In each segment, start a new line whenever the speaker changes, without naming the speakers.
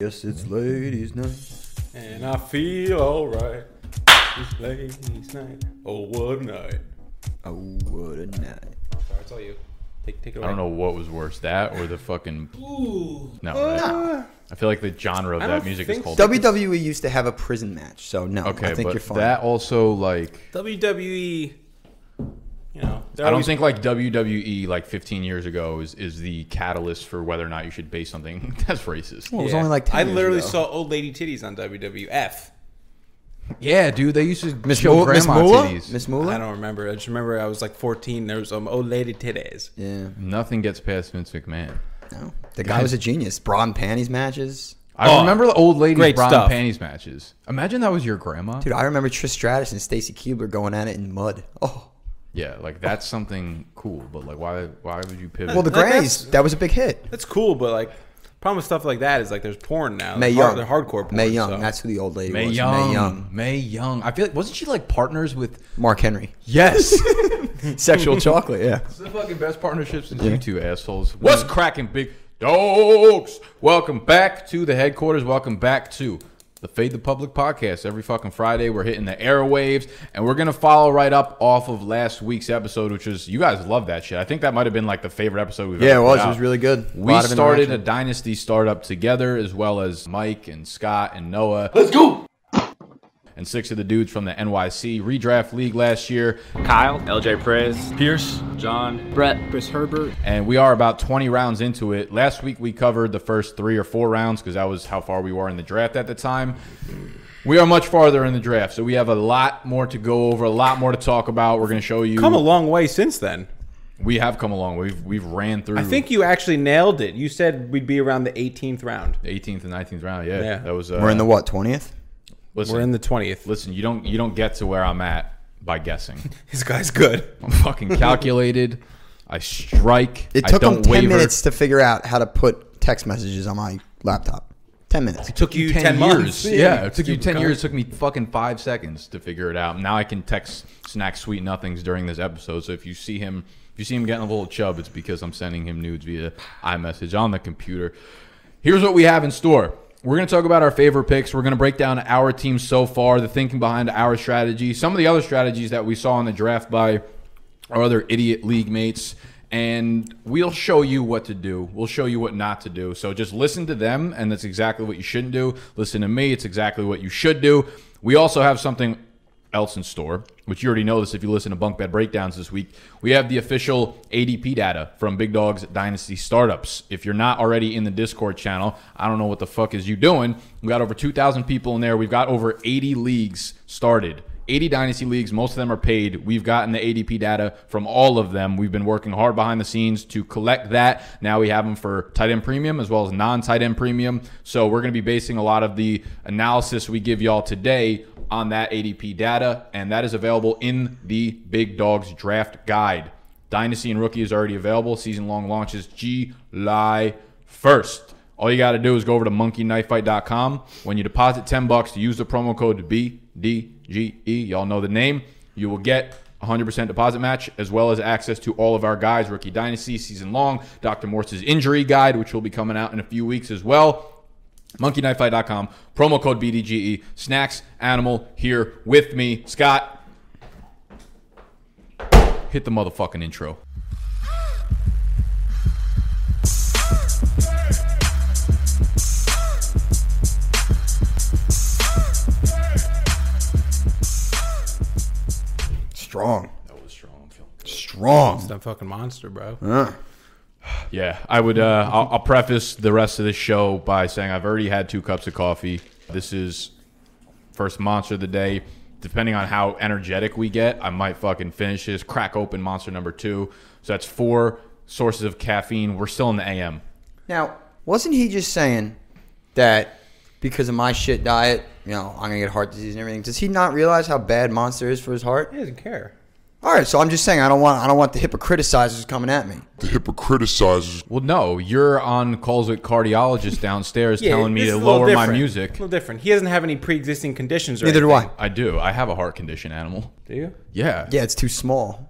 Yes, it's ladies' night.
And I feel alright. It's ladies' night. Oh, what a night.
Oh, what a night.
Sorry, it's all you. Take, take it away.
I don't know what was worse, that or the fucking.
Ooh.
No, that- I feel like the genre of
Uh, I
that
don't
music is
think
called.
WWE E used to have a prison match, so no,
okay,
I think
but
you're fine.
that also like
WWE. E, You know. E
I don't think like WWE like 15 years ago is is the catalyst for whether or not you should base something that's racist.
Well, it was only like 10
I
years
literally
ago.
saw old lady titties on WWF.
Yeah, dude, they used to
Miss
show
Mula, Miss
grandma
Moolah,
titties.
Miss
I
Moolah.
don't remember. I just remember I was like 14. There was some old lady titties.
Yeah,
Nothing gets past Vince McMahon.
no, the guy was a genius. Bra and panties matches,
I
Oh,
remember the old ladies
great
bra and
stuff.
panties matches. Imagine that was your grandma.
dude. I remember Trish Stratus and Stacy Keibler going at it in mud. Oh,
Yeah, like that's something cool, but like why why would you pivot?
well, the
Like,
Grammys that was a big hit.
That's cool, but like, problem with stuff like that is like there's porn now.
May
They're
Young,
hard- They're hardcore porn.
May Young,
so-
that's who the old lady
May
was.
Young,
May Young,
May Young. I feel like wasn't she like partners with
Mark Henry,
Yes.
sexual chocolate. Yeah,
It's the fucking best partnership since you two assholes. What's cracking, big dogs? Welcome back to the headquarters. Welcome back to the Fade the Public podcast. Every fucking Friday, we're hitting the airwaves, and we're gonna follow right up off of last week's episode, which was you guys love that shit. I think that might have been like the favorite episode we've
yeah,
ever
it
put
was. It
out.
was really good. A
We
lot of
started a
interaction.
dynasty startup together, as well as Mike and Scott and Noah. Let's go! And six of the dudes from the NYC redraft league last year.
Kyle, LJ Perez, Pierce, John, Brett, Chris Herbert.
and we are about 20 rounds into it. Last week we covered the first three or four rounds because that was how far we were in the draft at the time. We are much farther in the draft, so we have a lot more to go over, a lot more to talk about. We're going to show you.
come a long way since then.
We have come along. We've we've ran through.
I think you actually nailed it. You said we'd be around the 18th round.
the 18th and 19th round. Yeah,
Yeah.
that was. Uh,
We're in the what twentieth?
Listen,
We're in the 20th.
listen. You don't you don't get to where I'm at by guessing.
This guy's good.
I'm fucking calculated. I strike.
It
I
took
don't
them ten
waver.
minutes to figure out how to put text messages on my laptop. Ten minutes.
Took you 10, months.
years. Yeah, it took you 10 years. It took me fucking five seconds to figure it out. Now I can text Snack Sweet Nothings during this episode. So if you see him, if you see him getting a little chub, it's because I'm sending him nudes via iMessage on the computer. Here's what we have in store. We're going to talk about our favorite picks. We're going to break down our team so far, the thinking behind our strategy, some of the other strategies that we saw in the draft by our other idiot league mates, and we'll show you what to do. We'll show you what not to do. So just listen to them, and that's exactly what you shouldn't do. Listen to me, it's exactly what you should do. We also have something else in store, which you already know this if you listen to Bunk Bed Breakdowns this week. We have the official ADP data from Big Dogs Dynasty Startups. If you're not already in the Discord channel, I don't know what the fuck is you doing. We got over 2,000 people in there. We've got over 80 leagues started. 80 dynasty leagues, most of them are paid. We've gotten the ADP data from all of them. We've been working hard behind the scenes to collect that. Now we have them for tight end premium as well as non tight end premium. So we're going to be basing a lot of the analysis we give y'all today on that ADP data, and that is available in the Big Dogs Draft Guide. Dynasty and Rookie is already available. Season long launches July 1st. All you got to do is go over to monkeyknifefight.com. When you deposit 10 bucks to use the promo code BDGE, E. y'all know the name, you will get 100% deposit match as well as access to all of our guys, Rookie Dynasty, Season Long, Dr. Morse's Injury Guide, which will be coming out in a few weeks as well. Monkeyknifefight.com, promo code BDGE, E. Snacks Animal here with me. Scott, hit the motherfucking intro.
Strong.
That was strong.
Strong.
Some fucking monster, bro.
Yeah, I would. Uh, I'll, I'll preface the rest of this show by saying I've already had two cups of coffee. This is first monster of the day. Depending on how energetic we get, I might fucking finish this. Crack open monster number two. So that's four sources of caffeine. We're still in the AM.
Now, wasn't he just saying that because of my shit diet, you know, I'm gonna get heart disease and everything? Does he not realize how bad Monster is for his heart?
He doesn't care.
All right, so I'm just saying I don't want I don't want the hypocriticizers coming at me.
the hypocriticizes.
Well, no, you're on calls with cardiologists downstairs telling me
this
to
is a little
lower my
different.
music.
A little different. He doesn't have any pre-existing conditions or
Neither do I.
I do. I have a heart condition, animal.
do I. Do you?
Yeah.
Yeah, it's too small.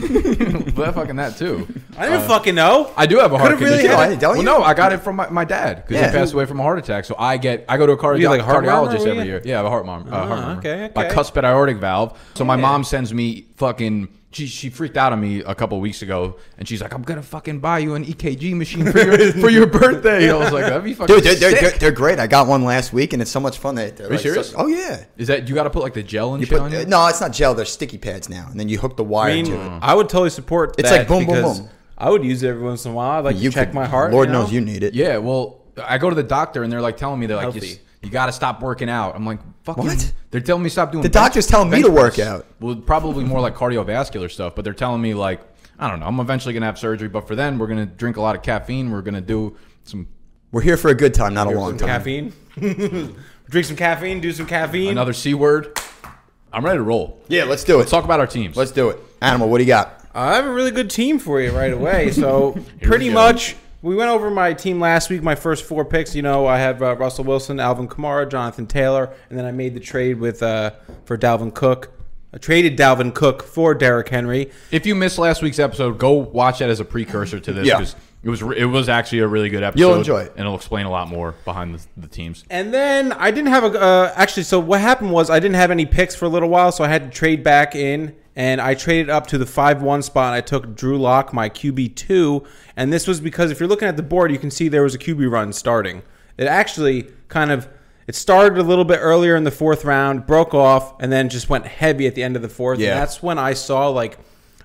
but fucking that too.
I
Uh,
didn't fucking know.
I do have a heart
Could've really
condition.
had it, don't
well,
you?
no, I got it from my, my dad because
Yeah.
he passed away from a heart attack. So I get I go to a cardio,
You like a heart murmur,
cardiologist
were
every
you?
year. Yeah, I have a heart mom. uh, heart murmur.
okay, okay.
My cuspid aortic valve. So my mom sends me fucking. She, she freaked out on me a couple weeks ago, and she's like, "I'm gonna fucking buy you an EKG machine for your for your birthday." I was like, "That'd be fucking
Dude, they're, they're,
sick."
they're, they're great. I got one last week, and it's so much fun. That they're
you
like
serious?
so- oh yeah.
Is that you got to put like the gel and
You
shit
put,
on
uh,
it?
no, it's not gel. They're sticky pads now, and then you hook the wire
I mean,
to it.
I would totally support.
It's
that
like boom, boom,
because
boom.
I would use it every once in a while. I'd like
You
to check
could-
my heart.
Lord
you
knows
know?
you need it.
Yeah, well, I go to the doctor and they're like telling me they're like, you,
Healthy.
you got to stop working out. I'm like, fucking.
What?
They're telling me stop doing.
The
bench-
doctor's telling me to
bench
work
press.
out.
Well, probably more like cardiovascular stuff, but they're telling me like, I don't know. I'm eventually gonna have surgery, but for then we're gonna drink a lot of caffeine. We're gonna do some
We're here for a good time, not a long
Some
time.
caffeine. Drink some caffeine. Do some caffeine.
another c word. I'm ready to roll.
Yeah, let's do it.
Let's talk about our teams.
Let's do it. Animal, what do you got?
I have a really good team for you right away. So
we
pretty
go.
much, we went over my team last week. My first four picks. You know, I have uh, Russell Wilson, Alvin Kamara, Jonathan Taylor, and then I made the trade with uh, for Dalvin Cook. I traded Dalvin Cook for Derrick Henry.
If you missed last week's episode, go watch that as a precursor to this
Yeah.
because it was re- it was actually a really good episode.
enjoy it.
and it'll explain a lot more behind the, the teams.
And then I didn't have a uh, actually. So what happened was I didn't have any picks for a little while, so I had to trade back in, and I traded up to the five one spot. And I took Drew Lock, my QB two, and this was because if you're looking at the board, you can see there was a QB run starting. It actually kind of it started a little bit earlier in the fourth round, broke off, and then just went heavy at the end of the fourth.
Yeah.
and that's when I saw like.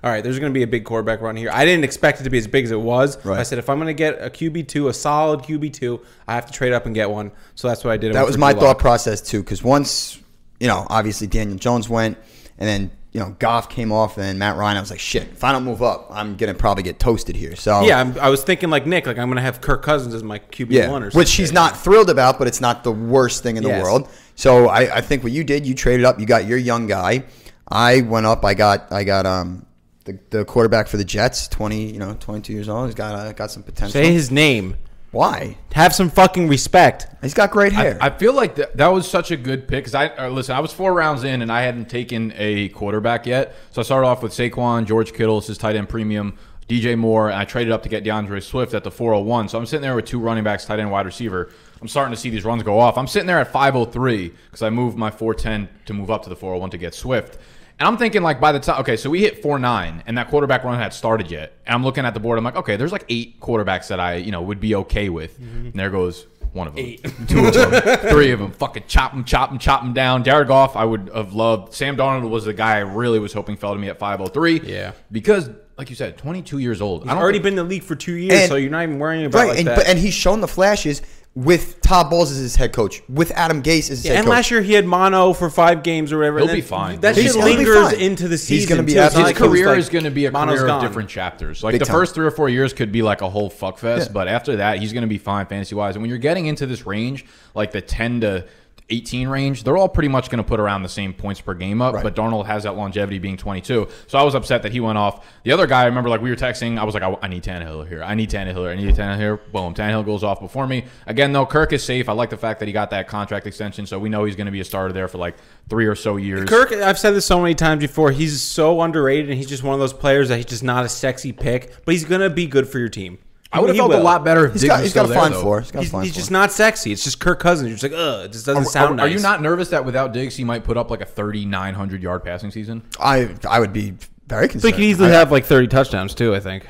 All right, there's going to be a big quarterback run here. I didn't expect it to be as big as it was.
Right.
I said if I'm going to get a QB two, a solid QB two, I have to trade up and get one. So that's what I did. I
That
went
was
for
my
Drew Lock.
thought process too, because once you know, obviously Daniel Jones went, and then you know Goff came off, and then Matt Ryan. I was like, shit, if I don't move up, I'm gonna probably get toasted here. So
Yeah, I'm, I was thinking like Nick, like I'm going to have Kirk Cousins as my QB
yeah,
one or something.
which he's not thrilled about, but it's not the worst thing in the
Yes.
world. So I, I think what you did, you traded up, you got your young guy. I went up, I got I got um the, the quarterback for the Jets, twenty you know twenty two years old. He's got uh, got some potential.
Say his name.
Why?
Have some fucking respect.
He's got great hair.
I feel like that, that was such a good pick because I uh, listen. I was four rounds in and I hadn't taken a quarterback yet, so I started off with Saquon, George Kittle, this is tight end premium, DJ Moore, and I traded up to get DeAndre Swift at the 401. So I'm sitting there with two running backs, tight end, wide receiver. I'm starting to see these runs go off. I'm sitting there at 503 because I moved my 410 to move up to the 401 to get Swift. And I'm thinking like by the time okay, so we hit four nine, and that quarterback run had started yet. And I'm looking at the board. I'm like, okay, there's like eight quarterbacks that I you know would be okay with. And there goes one of them, two of them, three of them. Fucking chop them, chop them, chop them down. Jared Goff, I would have loved. Sam Donald was the guy I really was hoping fell to me at 503.
Yeah.
because like you said, 22 years old. I
I've
don't
already
think-
been in the league for two years,
And-
so you're not even worrying about
Right,
like
and,
that.
but, and he's shown the flashes with Todd Bowles as his head coach, with Adam Gase as his head
and
coach.
last year he had mono for five games or whatever.
He'll
and
be
then
fine.
That
He's
shit
gonna be
lingers
fine.
into the season.
He's gonna be
too. It's
absolutely-
not
his
like it was
career
like
is going to be a
mono's
career of
gone.
different chapters. Like
Big
the
time.
first three or four years could be like a whole fuck fest,
Yeah.
but after that, he's going to be fine fantasy wise. And when you're getting into this range, like the 10 to 18 range, they're all pretty much going to put around the same points per game up.
Right.
But Darnold has that longevity being 22. So I was upset that he went off. The other guy, I remember like we were texting. I was like, I, I need Tannehill here. I need Tannehill here. I need Tannehill here. Boom. Tannehill goes off before me. Again, though, Kirk is safe. I like the fact that he got that contract extension. So we know he's going to be a starter there for like three or so years.
Kirk, I've said this so many times before. He's so underrated, and he's just one of those players that he's just not a sexy pick, but he's gonna be good for your team.
I would have
He
felt a
will.
lot better if
he's
Diggs
got,
was
he's
still
got a
there,
fine
though.
floor. He's got a
He's,
fine
he's
floor.
just not sexy. It's just Kirk Cousins. You're just like, ugh, this doesn't
Are-
sound
are, are
nice.
you not nervous that without Diggs, he might put up like a 3,900 yard passing season?
I, I would be very
He
concerned.
could easily
I-
have like 30 touchdowns too. I think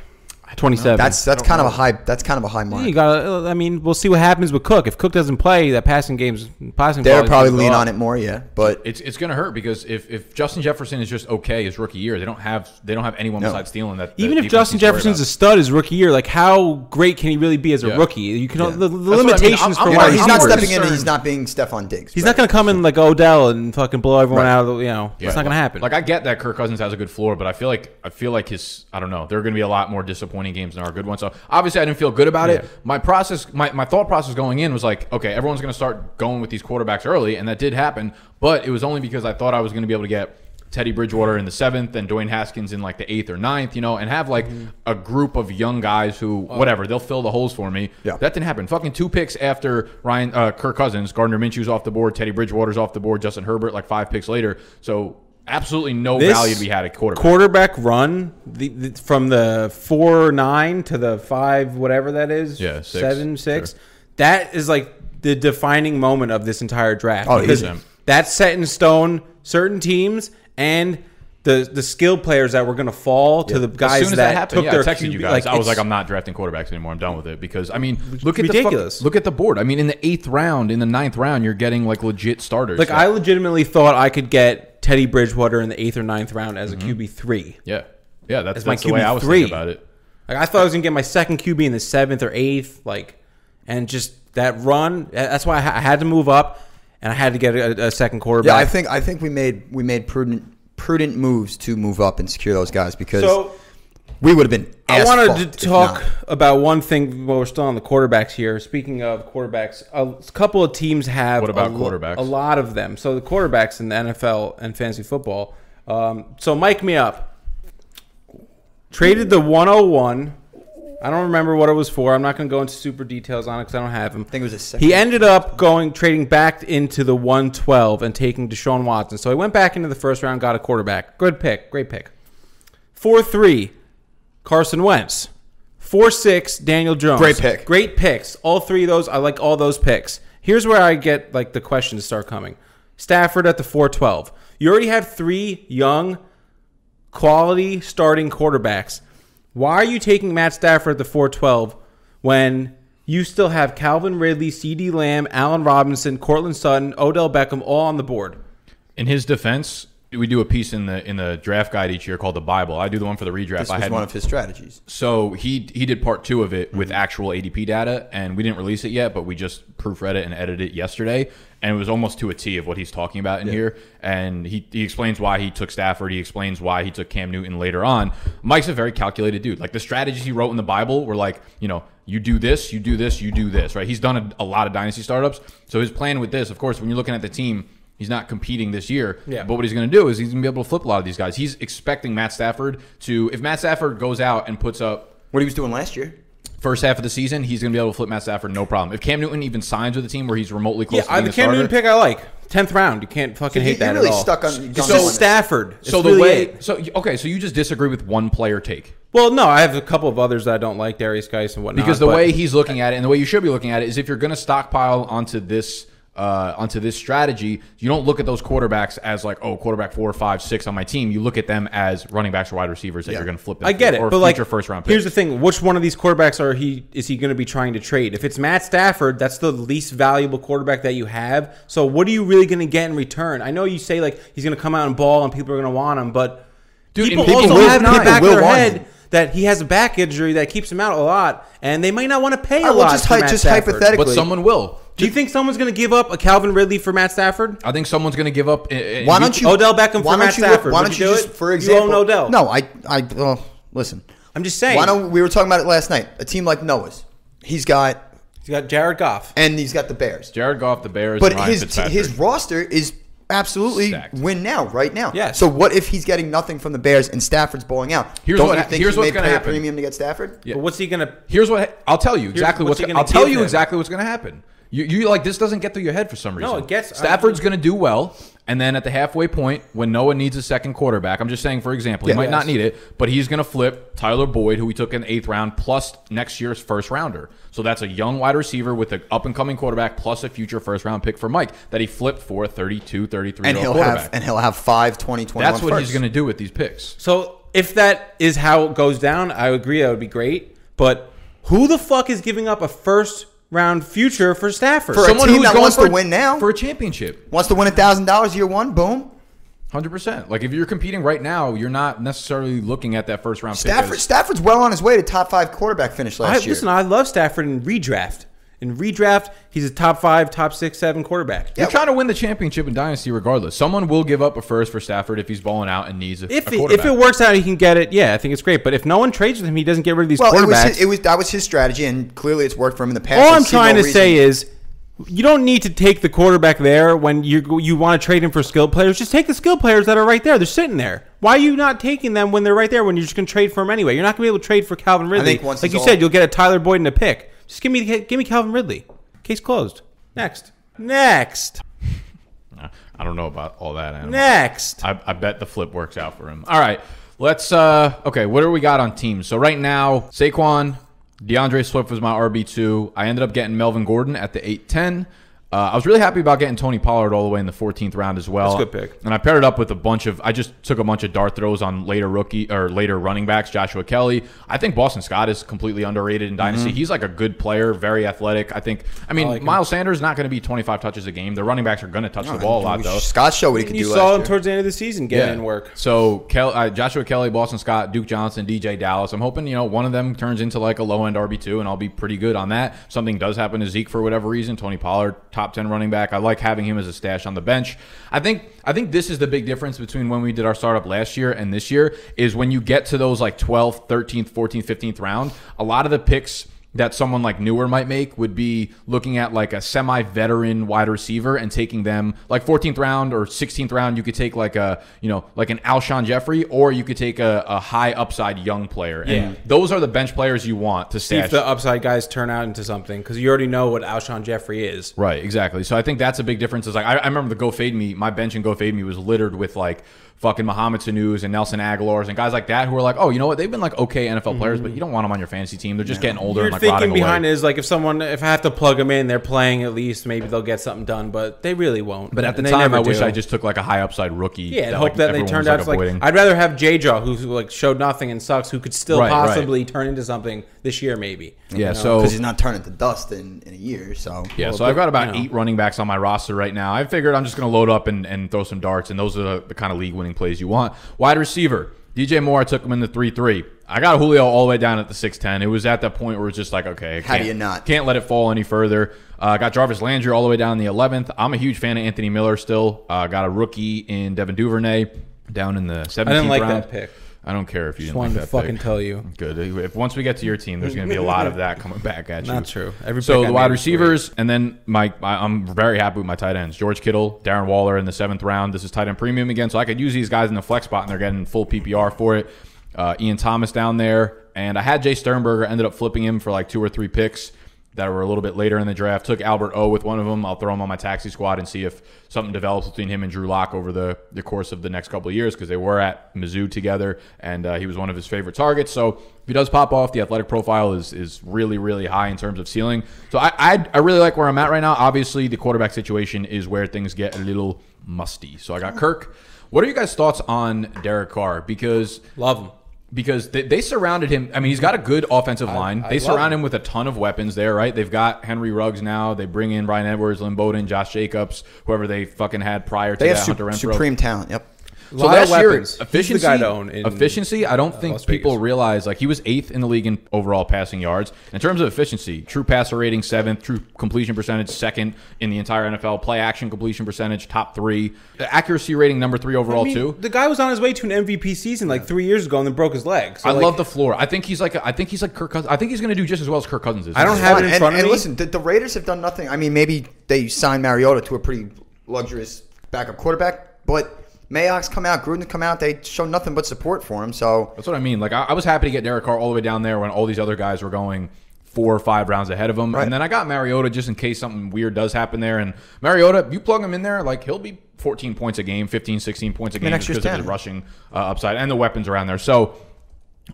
27.
that's that's kind of a high that's kind of a high mark.
you got. I mean, we'll see what happens with Cook. If Cook doesn't play, that passing game's passing.
They'll probably lean on it more, yeah. But
It's it's going to hurt because if, if Justin Jefferson is just okay his rookie year, they don't have they don't have anyone
No.
besides Thielen that.
Even if Justin Jefferson's a stud his rookie year, like how great can he really be as a
Yeah.
rookie? You can the, the
what I mean.
limitations
I'm-
for
I'm
you
why
know,
I'm
he's not
more
worse.
stepping in. and
concerned-
He's not being Stefan Diggs.
He's
right?
not going to come in like Odell and fucking blow everyone
Right.
out of the, you know, it's not going to happen.
Like I get that Kirk Cousins has a good floor, but I feel like I feel like his I don't know. There are going to be a lot more disappointing games than our good ones. So obviously, I didn't feel good about it. My process, my, my thought process going in was like, okay, everyone's going to start going with these quarterbacks early, and that did happen. But it was only because I thought I was going to be able to get Teddy Bridgewater in the seventh and Dwayne Haskins in like the eighth or ninth, you know, and have like
Mm-hmm.
a group of young guys who
Uh,
whatever they'll fill the holes for me.
Yeah.
That didn't happen. Fucking two picks after Ryan uh, Kirk Cousins, Gardner Minshew's off the board, Teddy Bridgewater's off the board, Justin Herbert like five picks later. So absolutely no
This
value to be had at quarterback.
Quarterback run the, the, from the four nine to the five whatever that is.
Yeah, six,
seven six.
sure.
That is like the defining moment of this entire draft.
Oh,
Because
easy.
that's set in stone. Certain teams and the the skill players that were going to fall to the guys
as soon as that,
that,
happened,
took
yeah,
their
I texted
QB,
you guys. I was like,
it's-
I'm not drafting quarterbacks anymore. I'm done with it because I mean, look at
ridiculous.
The fuck- look at the board. I mean, in the eighth round, in the ninth round, you're getting like legit starters.
Like I legitimately thought I could get Teddy Bridgewater in the eighth or ninth round as
Mm-hmm.
a QB three.
yeah, yeah. That's,
my
that's the way I was
QB3.
thinking about it.
Like I thought I was gonna get my second QB in the seventh or eighth. Like, and just that run. That's why I ha- I had to move up, and I had to get a, a second quarterback.
Yeah, I think I think we made we made prudent prudent moves to move up and secure those guys because
so.
we would have been.
I
ass
wanted
fucked
to
if not.
talk about one thing while we're still on the quarterbacks here. Speaking of quarterbacks, a couple of teams have
What about
a, lo-
quarterbacks?
A lot of them. So the quarterbacks in the NFL and fantasy football. Um, so Mike me up. Traded the 101. I don't remember what it was for. I'm not going to go into super details on it because I don't have him. I
think it was a second.
He ended up going trading back into the 112 and taking Deshaun Watson. So he went back into the first round, got a quarterback. Good pick. Great pick. 4 3, Carson Wentz. 4 6, Daniel Jones.
Great pick.
Great picks. All three of those. I like all those picks. Here's where I get like the questions start coming. Stafford at the 412. You already have three young, quality starting quarterbacks. Why are you taking Matt Stafford at the 412 when you still have Calvin Ridley, CD Lamb, Allen Robinson, Cortland Sutton, Odell Beckham all on the board?
In his defense, we do a piece in the in the draft guide each year called the Bible. I do the one for the redraft.
This
I
was
had
one of his strategies.
So he he did part two of it with actual ADP data, and we didn't release it yet, but we just proofread it and edited it yesterday, and it was almost to a T of what he's talking about in here. And he he explains why he took Stafford, he explains why he took Cam Newton later on. Mike's a very calculated dude. Like the strategies he wrote in the Bible were like, you know, you do this, you do this, you do this, right? He's done a, a lot of dynasty startups, so his plan with this, of course, when you're looking at the team. He's not competing this year.
Yeah.
But what he's going to do is he's going to be able to flip a lot of these guys. He's expecting Matt Stafford to, if Matt Stafford goes out and puts up
What he was doing last year.
first half of the season, he's going to be able to flip Matt Stafford no problem. If Cam Newton even signs with a team where he's remotely close
Yeah,
to
I,
being
the
a
Cam Newton
starter-
pick I like. 10th round. You can't fucking
you-
hate
you
that
really
at all.
stuck on-
It's
gone
just
on this.
Stafford. It's
So the
really
way,
it. Uh,
so okay, so you just disagree with one player take
Well, no, I have a couple of others that I don't like, Darius Geis and whatnot.
because the
but-
way he's looking at it and the way you should be looking at it is if you're going to stockpile onto this. Uh, onto this strategy, you don't look at those quarterbacks as like, oh, quarterback four, five, six on my team. You look at them as running backs or wide receivers that
Yeah.
you're going to flip. Them
I get
for,
it,
or
but like
future first round.
Here's the
Picks.
thing: which one of these quarterbacks are he is he going to be trying to trade? If it's Matt Stafford, that's the least valuable quarterback that you have. So what are you really going to get in return? I know you say like he's going to come out and ball and people are going to want him, but
Dude,
people,
and people
also
will
have in the
not.
back of
Will
their
want
head
him.
that he has a back injury that keeps him out a lot, and they might not want to pay a
Well,
lot.
just
for
hy-
Matt
just
Stafford.
hypothetically-
but someone will.
Do you think someone's going to give up a Calvin Ridley for Matt Stafford?
I think someone's going to give up. eh, and-
Why
and
don't you
Odell Beckham for
why don't
Matt
you look-
Stafford.
Why
Would
don't
you
you,
do
just,
it?
for
You own
example,
Odell.
No, I, I, well, listen.
I'm just saying.
Why don't we were talking about it last night? A team like Noah's, he's got,
He's got Jared Goff.
and he's got the Bears.
Jared Goff, the Bears,
But
and Ryan
his
Fitzpatrick.
his roster is absolutely
Stacked.
win now, right now.
Yes.
So what if he's getting nothing from the Bears and Stafford's bowling out?
Here's
Don't
what
you
ha-
think
here's
he
what's
may
gonna
pay a
happen.
premium to get Stafford?
But what's he going to?
Here's what I'll tell you exactly
what's
what's,
he gonna
I'll tell
give
you
them.
exactly what's going to happen. You, you like this doesn't get through your head for some reason.
it gets-
Stafford's going to do well, and then at the halfway point, when Noah needs a second quarterback, I'm just saying for example, he
Yeah.
might not
Yes.
need it, but he's going to flip Tyler Boyd, who we took in the eighth round, plus next year's first rounder. So that's a young wide receiver with an up and coming quarterback, plus a future first round pick for Mike that he flipped for a 32, 33
And
year
he'll
old quarterback.
have and he'll have five 20, 21
that's what
firsts.
he's going to do with these picks.
So if that is how it goes down, I agree that would be great. But who the fuck is giving up a first round future for Stafford?
For a
Someone
team
who's
that
going
wants to
for-
win now.
for a championship.
wants to win a thousand dollars year one. Boom.
Hundred percent. Like if you're competing right now, you're not necessarily looking at that first round.
Stafford
Pick as-
Stafford's well on his way to top five quarterback finish
I,
last year.
listen, I love Stafford in redraft. In redraft, he's a top five, top six, seven quarterback.
you're trying to win the championship in dynasty, regardless. Someone will give up a first for Stafford if he's balling out and needs a,
If
a
it,
quarterback.
if it works out, he can get it. Yeah, I think it's great. But if no one trades with him, he doesn't get rid of these
well, it was,
quarterbacks.
his, it was that was his strategy, and clearly it's worked for him in the past.
All
I
I'm
see
trying
no
to say
reason-
is, you don't need to take the quarterback there when you you want to trade him for skilled players. Just take the skilled players that are right there. They're sitting there. Why are you not taking them when they're right there? When you're just going to trade for them anyway? You're not going to be able to trade for Calvin Ridley.
think once
like
he's
you
all-
said, you'll get a Tyler Boyd and a pick. Just give me give me Calvin Ridley. Case closed. Next. Next.
I- I don't know about all that. Animal.
Next.
I, I bet the flip works out for him. All right. Let's uh okay, what do we got on teams? So right now, Saquon, DeAndre Swift was my RB2. I ended up getting Melvin Gordon at the 810. Uh, I was really happy about getting Tony Pollard all the way in the 14th round as well.
That's a good pick.
And I paired it up with a bunch of I just took a bunch of dart throws on later rookie or later running backs, Joshua Kelly. I think Boston Scott is completely underrated in dynasty.
Mm-hmm.
He's like a good player, very athletic. I think I mean Miles Sanders is not going to be 25 touches a game. The running backs are going to touch the ball a lot though.
Scott showed what he could
You
do
saw him
last year.
towards the end of the season getting in work.
So Kel, uh, Joshua Kelly, Boston Scott, Duke Johnson, DJ Dallas. I'm hoping you know one of them turns into like a low end RB two, and I'll be pretty good on that. Something does happen to Zeke for whatever reason. Tony Pollard, top ten running back. I like having him as a stash on the bench. I think I think this is the big difference between when we did our startup last year and this year is when you get to those like 12th, 13th, 14th, 15th round. A lot of the picks that someone like newer might make would be looking at like a semi veteran wide receiver and taking them like 14th round or 16th round you could take like a you know like an Alshon Jeffrey or you could take a, a high upside young player
Yeah.
and those are the bench players you want to
See
stash
if the upside guys turn out into something because you already know what Alshon Jeffrey is.
Right, exactly. So I think that's a big difference. Is like I, I remember the GoFadeMe, my bench in GoFadeMe was littered with like fucking Mohamed Sanu's and Nelson Aguilar's and guys like that who are like, oh, you know what? They've been like okay NFL players, but you don't want them on your fantasy team. They're just getting older
Mm-hmm. You're
and like rotting
thinking behind
away.
is like if someone if I have to plug them in, they're playing at least maybe they'll get something done, but they really won't.
But at the
And they
time,
never
I wish
do.
I just took like a high upside rookie.
yeah and
like,
hope that they
everyone
turned
was,
out it's like,
avoiding.
I'd rather have J Jaw who like showed nothing and sucks who could still
Right, right.
possibly turn into something this year maybe.
yeah.
You know?
So
Because he's not turning to dust in, in a year, so
Yeah,
Well,
so I've
but,
got about
you know.
eight running backs on my roster right now. I figured I'm just going to load up and, and throw some darts, and those are the, the kind of league winning plays you want. Wide receiver, DJ Moore, I took him in the 3 3. I got Julio all the way down at the 6'10. It was at that point where it's just like, okay, I
How do
can't-
you not?
Can't let it fall any further. Uh, I got Jarvis Landry all the way down in the 11th. I'm a huge fan of Anthony Miller still. Uh, got a rookie in Devin Duvernay down in the 17th
I didn't like
round.
that pick.
I don't care if you
Just
didn't like
wanted
that
to fucking
pick.
tell you.
Good. If once we get to your team, there's going to be a lot of that coming back at you.
Not true. Every
so
pick I
the
made
wide
was great.
receivers, and then my, I- I'm very happy with my tight ends. George Kittle, Darren Waller in the seventh round. This is tight end premium again, so I could use these guys in the flex spot, and they're getting full PPR for it. Uh, Ian Thomas down there, and I had Jay Sternberger. Ended up flipping him for like two or three picks that were a little bit later in the draft. Took Albert O with one of them. I'll throw him on my taxi squad and see if something develops between him and Drew Lock over the, the course of the next couple of years because they were at Mizzou together and uh, he was one of his favorite targets. So if he does pop off, the athletic profile is is really really high in terms of ceiling. So I I, I really like where I'm at right now. Obviously, the quarterback situation is where things get a little musty. So I got Kirk. What are you guys' thoughts on Derek Carr? Because
Love him.
because they, they surrounded him. I mean, he's got a good offensive line.
I
they
love
surround
him.
him with a ton of weapons there, right? They've got Henry Ruggs now. They bring in Brian Edwards, Lynn Bowden, Josh Jacobs, whoever they fucking had prior to
they
that.
have su-
Hunter Renfro.
supreme talent. Yep.
So
lot of
last year,
weapons. He's the
efficiency,
guy to own in
efficiency. I don't think
Las
people
Vegas.
realize like he was eighth in the league in overall passing yards in terms of efficiency. True passer rating seventh, true completion percentage second in the entire NFL. Play action completion percentage top three, accuracy rating number three overall
I mean,
too.
The guy was on his way to an MVP season like three years ago and then broke his leg. So
I
like,
love the floor. I think he's like I think he's like Kirk Cousins. I think he's going to do just as well as Kirk Cousins is.
I don't have it in
and,
front of
and
me.
listen, the, the Raiders have done nothing. I mean, maybe they signed Mariota to a pretty luxurious backup quarterback, but Mayock's come out, Gruden come out. They show nothing but support for him. So
That's what I mean. Like I, I was happy to get Derek Carr all the way down there when all these other guys were going four or five rounds ahead of him,
Right.
and then I got Mariota just in case something weird does happen there. And Mariota, you plug him in there, like he'll be 14 points a game, 15, 16 points a game
mean,
just
next year's
because of his
10.
rushing uh, upside and the weapons around there. So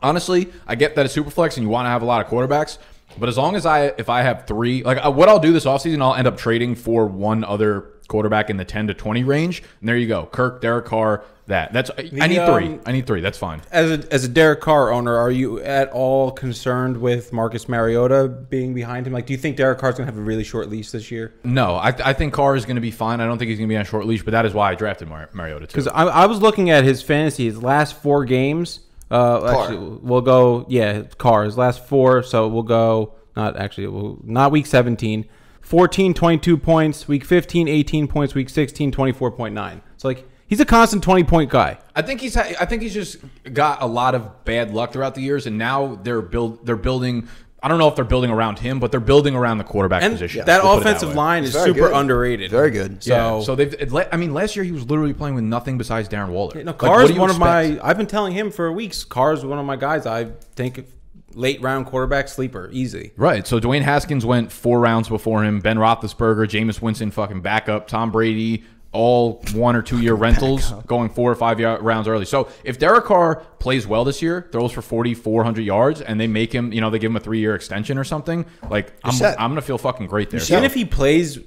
honestly, I get that it's super flex and you want to have a lot of quarterbacks. But as long as I, if I have three, like uh, what I'll do this offseason, I'll end up trading for one other quarterback in the 10 to 20 range. And there you go. Kirk, Derek Carr, that. That's, I, I
The,
need three.
um,
I need three. That's fine.
as a as a Derek Carr owner, are you at all concerned with Marcus Mariota being behind him? Like, do you think Derek Carr's gonna have a really short leash this year?
No, I, I think Carr is going to be fine. I don't think he's going to be on a short leash, but that is why I drafted Mar- Mariota too.
Because I, I was looking at his fantasy, his last four games. Uh, actually, we'll go yeah, Carr his last four. So we'll go not actually we'll, not week 17. 14, 22 points. Week 15, 18 points. Week 16, 24.9. So like he's a constant 20 point guy.
I think he's ha- I think he's just got a lot of bad luck throughout the years, and now they're build they're building. I don't know if they're building around him, but they're building around the quarterback
And
position.
that
we'll put it
offensive
way.
line is
Very
super
good.
underrated.
Very good.
So,
Yeah, so they've. it le- I mean, last year he was literally playing with nothing besides Darren Waller.
No,
Like,
Carr
what do
is
you
one of
expect?
my. I've been telling him for weeks. Carr is one of my guys. I think late round quarterback sleeper, easy.
Right, so Dwayne Haskins went four rounds before him. Ben Roethlisberger, Jameis Winston, fucking backup. Tom Brady, all one or two year rentals, going four or five yard rounds early. So if Derek Carr plays well this year, throws for 4,400 yards, and they make him, you know, they give him a three year extension or something, like I'm,
set.
I'm gonna feel fucking great there.
set.
Even if he plays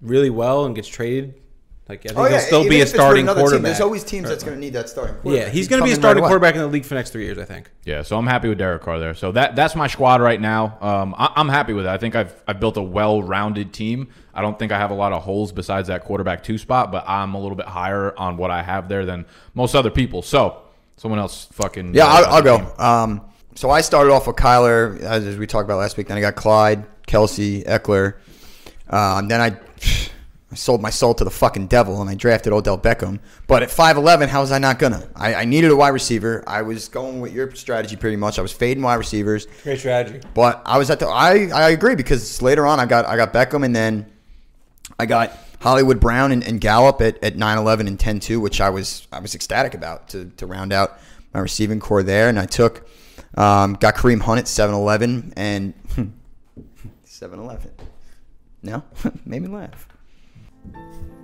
really well and gets traded, like I think he'll still
Oh, even
be a
if it's with
starting
another
quarterback.
Team, there's always teams that's going to need that starting quarterback.
yeah, he's
He'd
going to
come
be a
in right
starting
away.
quarterback in the league for the next three years, I think.
Yeah, so I'm happy with Derek Carr there. So that that's my squad right now. Um, I, I'm happy with it. I think I've I've built a well-rounded team. I don't think I have a lot of holes besides that quarterback two spot, but I'm a little bit higher on what I have there than most other people. So someone else fucking
Yeah, I'll, I'll go. Um, so I started off with Kyler, as as we talked about last week. Then I got Clyde, Kelsey, Eckler. Um, then I, I sold my soul to the fucking devil and I drafted Odell Beckham. But at 5'11, how was I not going to? I, I needed a wide receiver. I was going with your strategy pretty much. I was fading wide receivers.
Great strategy.
But I was at the I, I agree because later on I got I got Beckham and then I got Hollywood Brown and, and Gallup at, at 9-11 and 10-2, which I was I was ecstatic about to, to round out my receiving core there. And I took um, got Kareem Hunt at 7-11 and 7-11. No, made me laugh.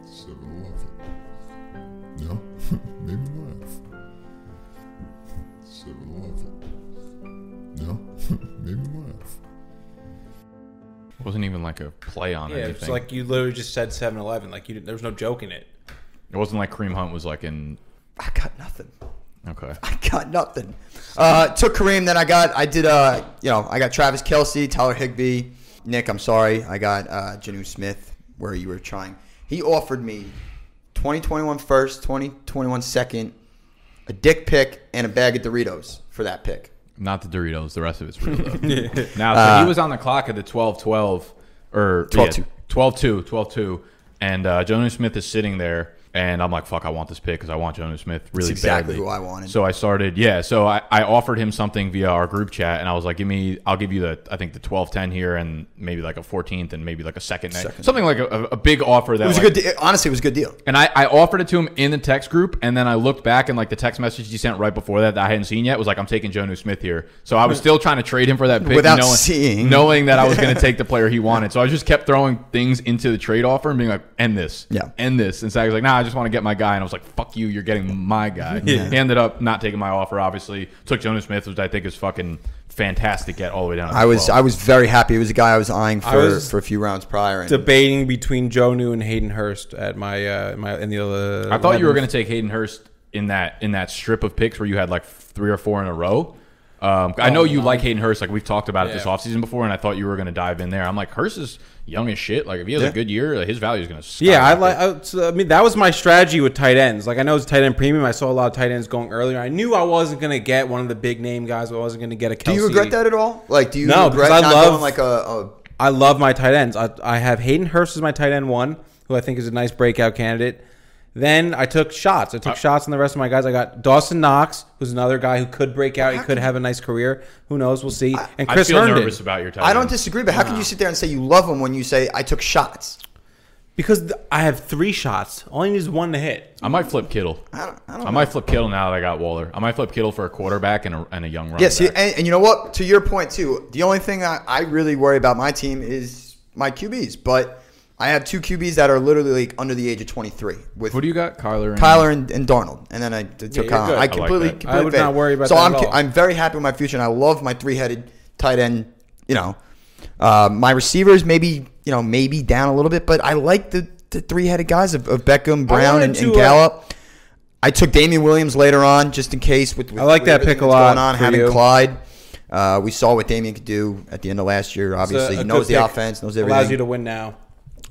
7 Eleven. No, made me laugh. 7 Eleven. No, made me laugh.
Wasn't even like a play on
Yeah,
anything.
it's like you literally just said 7-Eleven. Like you didn't, there was no joke in it.
it wasn't like Cream Hunt was like in
I got nothing.
okay.
I got nothing. Uh, took Kareem. Then I got I did uh you know I got Travis Kelsey, Tyler Higbee, Nick. I'm sorry. I got uh, Janu Smith. Where you were trying. He offered me 2021 first, 2021 second, a dick pick, and a bag of Doritos for that pick.
Not the Doritos, the rest of it's real though. Now so
Uh,
he was on the clock at the 12-12 or
12-2.
12-2, 12-2 and uh Jonah Smith is sitting there and I'm like fuck I want this pick cuz I want Jonah Smith really
exactly
badly.
who I wanted.
So I started yeah, so I, I offered him something via our group chat and I was like give me I'll give you the I think the 12-10 here and maybe like a 14th and maybe like a second, next-
Second.
something like a, a- a big offer that
It was a
like,
good. De- honestly, it was a good deal.
and I, I offered it to him in the text group, and then I looked back and like the text message he sent right before that that I hadn't seen yet was like I'm taking Jonu Smith here. So I was still trying to trade him for that pick
Without
knowing,
seeing.
knowing that I was going to take the player he wanted. So I just kept throwing things into the trade offer and being like, end this,
Yeah.
end this. And so I was like, nah, I just want to get my guy. And I was like, fuck you, you're getting my guy. He ended up not taking my offer. Obviously, took Jonu Smith, which I think is fucking fantastic. Get all the way down. to
I was
12.
I was very happy. It was a guy I was eyeing for,
was
for a few rounds prior. And
Debating between Joe New and Hayden Hurst at my uh, my in the uh,
I thought you were going to take Hayden Hurst in that in that strip of picks where you had like three or four in a row. Um,
Oh,
I know you like Hayden Hurst, like we've talked about it this
Yeah.
offseason before, and I thought you were going to dive in there. I'm like, Hurst is young as shit. Like if he has
Yeah.
a good year, like, his value is going to.
Yeah, I like. I, so, I mean, that was my strategy with tight ends. Like, I know it's tight end premium. I saw a lot of tight ends going earlier. I knew I wasn't going to get one of the big name guys. I wasn't going to get a.
do
Kelsey.
you regret that at all? Like, do you
No,
regret
because I
not
love-
going like a, a
I love my tight ends. I, I have Hayden Hurst as my tight end one, who I think is a nice breakout candidate. Then I took shots. I
Uh,
took shots on the rest of my guys. I got Dawson Knox, who's another guy who could break out. He could have a nice career. Who knows? We'll see. And
I
Chris
feel
Herndon.
nervous about your. Tight
I don't
ends.
disagree, but how can you sit there and say you love him when you say I took shots?
Because th- I have three shots. All I need is one to hit.
I might flip Kittle. I,
don't- I don't
might flip Kittle now that I got Waller. I might flip Kittle for a quarterback and a, and a young running
Yes,
back.
and, and you know what? To your point too, the only thing I, I really worry about my team is my QBs, but I have two QBs that are literally like under the age of twenty three with
Who do you got, Kyler? And
Kyler and, and Darnold, and then I t- took
you're
Kyler.
good. I
I
like
completely,
that.
completely
I would
faded.
not worry about
so
that
I'm
at all.
I'm very happy with my future, and I love my three headed tight end. You know, uh, my receivers maybe you know maybe down a little bit, but I like the, the three headed guys of, of Beckham, Brown,
wanted
and, and
to, uh,
Gallup. I took Damian Williams later on just in case. With, with
I like
with
that pick
everything that's
a lot
Going on,
for
having
you.
Clyde. Uh, we saw what Damian could do at the end of last year. Obviously,
So,
he
a
knows
good
the
pick
offense, knows everything.
Allows you to win now.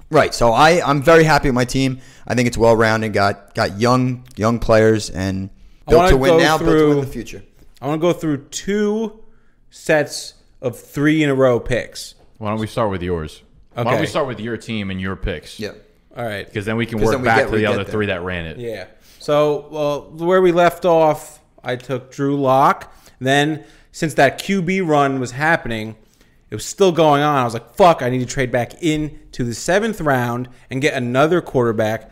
Right. So I, I'm very happy with my team. I think it's well rounded. Got got young young players and built
wanna
to win
go
now, built to win in
through-
the future.
I want to go through two sets of three in a row picks.
Why don't we start with yours? Why don't
Okay.
we start with your team and your picks?
Yeah.
All right.
Because then we can
'Cause
work
then we
back
get-
to
we
the
get
other
there.
three that ran it.
Yeah. So, well, where we left off, I took Drew Lock. Then, since that QB run was happening, it was still going on. I was like, fuck, I need to trade back into the seventh round and get another quarterback.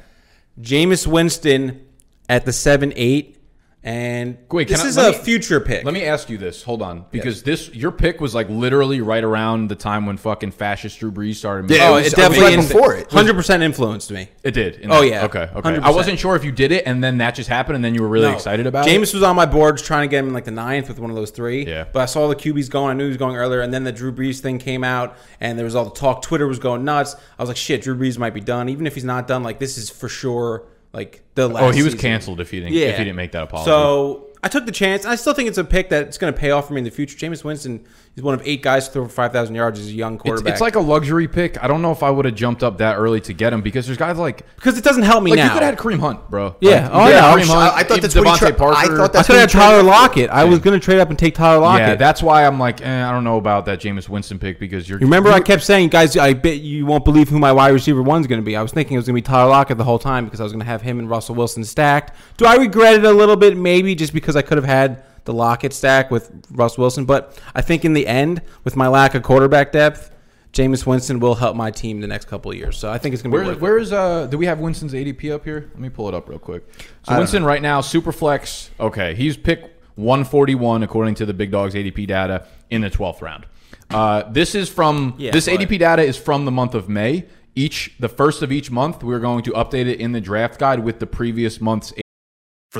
Jameis Winston at the 7 8. And
Wait,
this
can I-
is
let
a
me-
future pick.
Let me ask you this. Hold on, because this your pick was like literally right around the time when fucking fascist Drew Brees started.
Yeah,
Oh,
making-
it was- I was right before it.
Hundred percent influenced me.
it did. in
Oh,
that-
yeah.
Okay. Okay.
100%.
I wasn't sure if you did it, and then that just happened, and then you were really
No.
excited about
James was on my boards trying to get him in like the ninth with one of those three.
Yeah.
But I saw the QBs going. I knew he was going earlier. And then the Drew Brees thing came out, and there was all the talk. Twitter was going nuts. I was like, shit, Drew Brees might be done. Even if he's not done, like this is for sure like the
it.
last.
Oh, he was
season.
canceled if he didn't. If he didn't make that apology.
So I took the chance. and I still think it's a pick that's going to pay off for me in the future. Jameis Winston is one of eight guys to throw for five thousand yards. He's a young
It's,
quarterback.
it's like a luxury pick. I don't know if I would have jumped up that early to get him because there's guys like
because it doesn't help me
like you
now.
could have had Kareem Hunt, bro.
Yeah.
Like, you
Oh,
coulda had
yeah.
Kareem
I-
Hunt,
I thought that's
even
what he tra-
Devontae
I
Parker.
thought
I
that's
could have had
what he
Tyler
traded up.
Lockett. I was going to trade up and take Tyler Lockett.
Yeah, that's why I'm like, eh, I don't know about that Jameis Winston pick because you're.
Remember, I kept saying, guys, I bet you won't believe who my wide receiver one's going to be. I was thinking it was going to be Tyler Lockett the whole time because I was going to have him and Russell Wilson stacked. Do I regret it a little bit? Maybe just because I could have had the Lockett stack with Russ Wilson. But I think in the end, with my lack of quarterback depth, Jameis Winston will help my team the next couple of years. So I think it's going to be
Where,
worth it.
where is uh? Do we have Winston's ADP up here? Let me pull it up real quick. So Winston right now, Superflex. Okay, he's pick 141 according to the Big Dogs ADP data in the 12th round. Uh, this is from
Yeah,
this
but-
ADP data is from the month of May. Each the first of each month, we're going to update it in the draft guide with the previous month's
For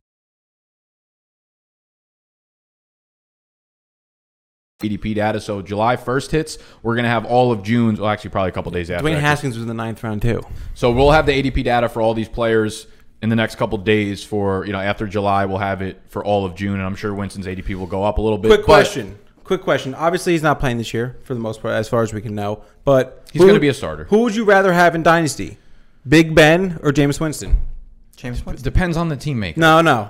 ADP data. So July 1st hits. We're gonna have all of June's. Well, actually, probably a couple days after.
Dwayne
actually.
Haskins was in the ninth round, too.
So we'll have the ADP data for all these players in the next couple days. For you know, after July, we'll have it for all of June, and I'm sure Winston's ADP will go up a little bit.
Quick
but
question. Quick question. Obviously, he's not playing this year for the most part, as far as we can know. But
He's gonna be a starter.
Who would you rather have in Dynasty, Big Ben or James Winston?
James Winston.
Depends on the teammate.
No, no.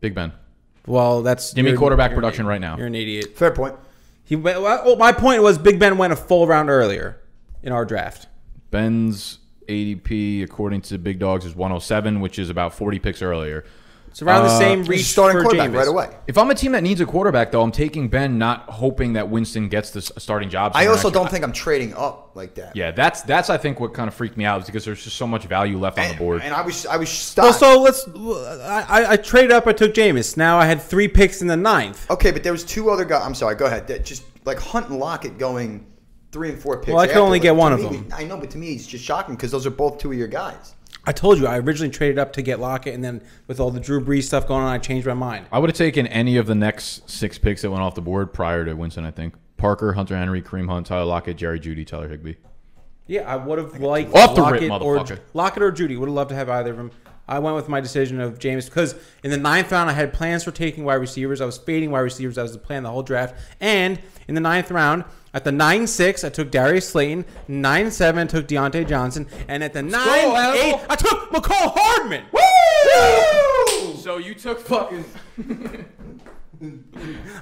Big Ben.
Well, that's
Give me
you're-
quarterback
you're
production
an-
right now.
You're an idiot.
Fair point.
He went, well, oh, my point was Big Ben went a full round earlier in our draft.
Ben's ADP according to Big Dogs is 107, which is about 40 picks earlier.
It's around the same
Uh, He's
reach
starting
for
quarterback
Jameis.
right away.
If I'm a team that needs a quarterback, though, I'm taking Ben, not hoping that Winston gets the s- starting job.
I
somewhere
also
next year.
don't think I'm trading up like that.
Yeah, that's that's I think what kind of freaked me out is because there's just so much value left on the
And,
board.
and I was I was
Well,
stopped.
so let's. I, I- I traded up. I took Jameis. Now I had three picks in the ninth.
okay, but there was two other guys. I'm sorry. Go ahead. That just like Hunt and Lockett going three and four picks.
Well, I could
after,
only
like,
get
to
one of
me,
them.
I know, but to me, it's just shocking because those are both two of your guys.
I told you I originally traded up to get Lockett, and then with all the Drew Brees stuff going on, I changed my mind.
I would have taken any of the next six picks that went off the board prior to Winston, I think. Parker, Hunter Henry, Kareem Hunt, Tyler Lockett, Jerry Judy, Tyler Higby.
Yeah, I would have liked
Off the
Lockett
rip,
or
motherfucker.
Lockett or Judy. Would have loved to have either of them. I went with my decision of James because in the ninth round I had plans for taking wide receivers. I was fading wide receivers. That was the plan the whole draft. And in the ninth round, at the nine six, I took Darius Slayton. Nine seven, I took Deontay Johnson. And at the nine
Admiral.
eight, I took McCall Hardman.
So you took fucking.
I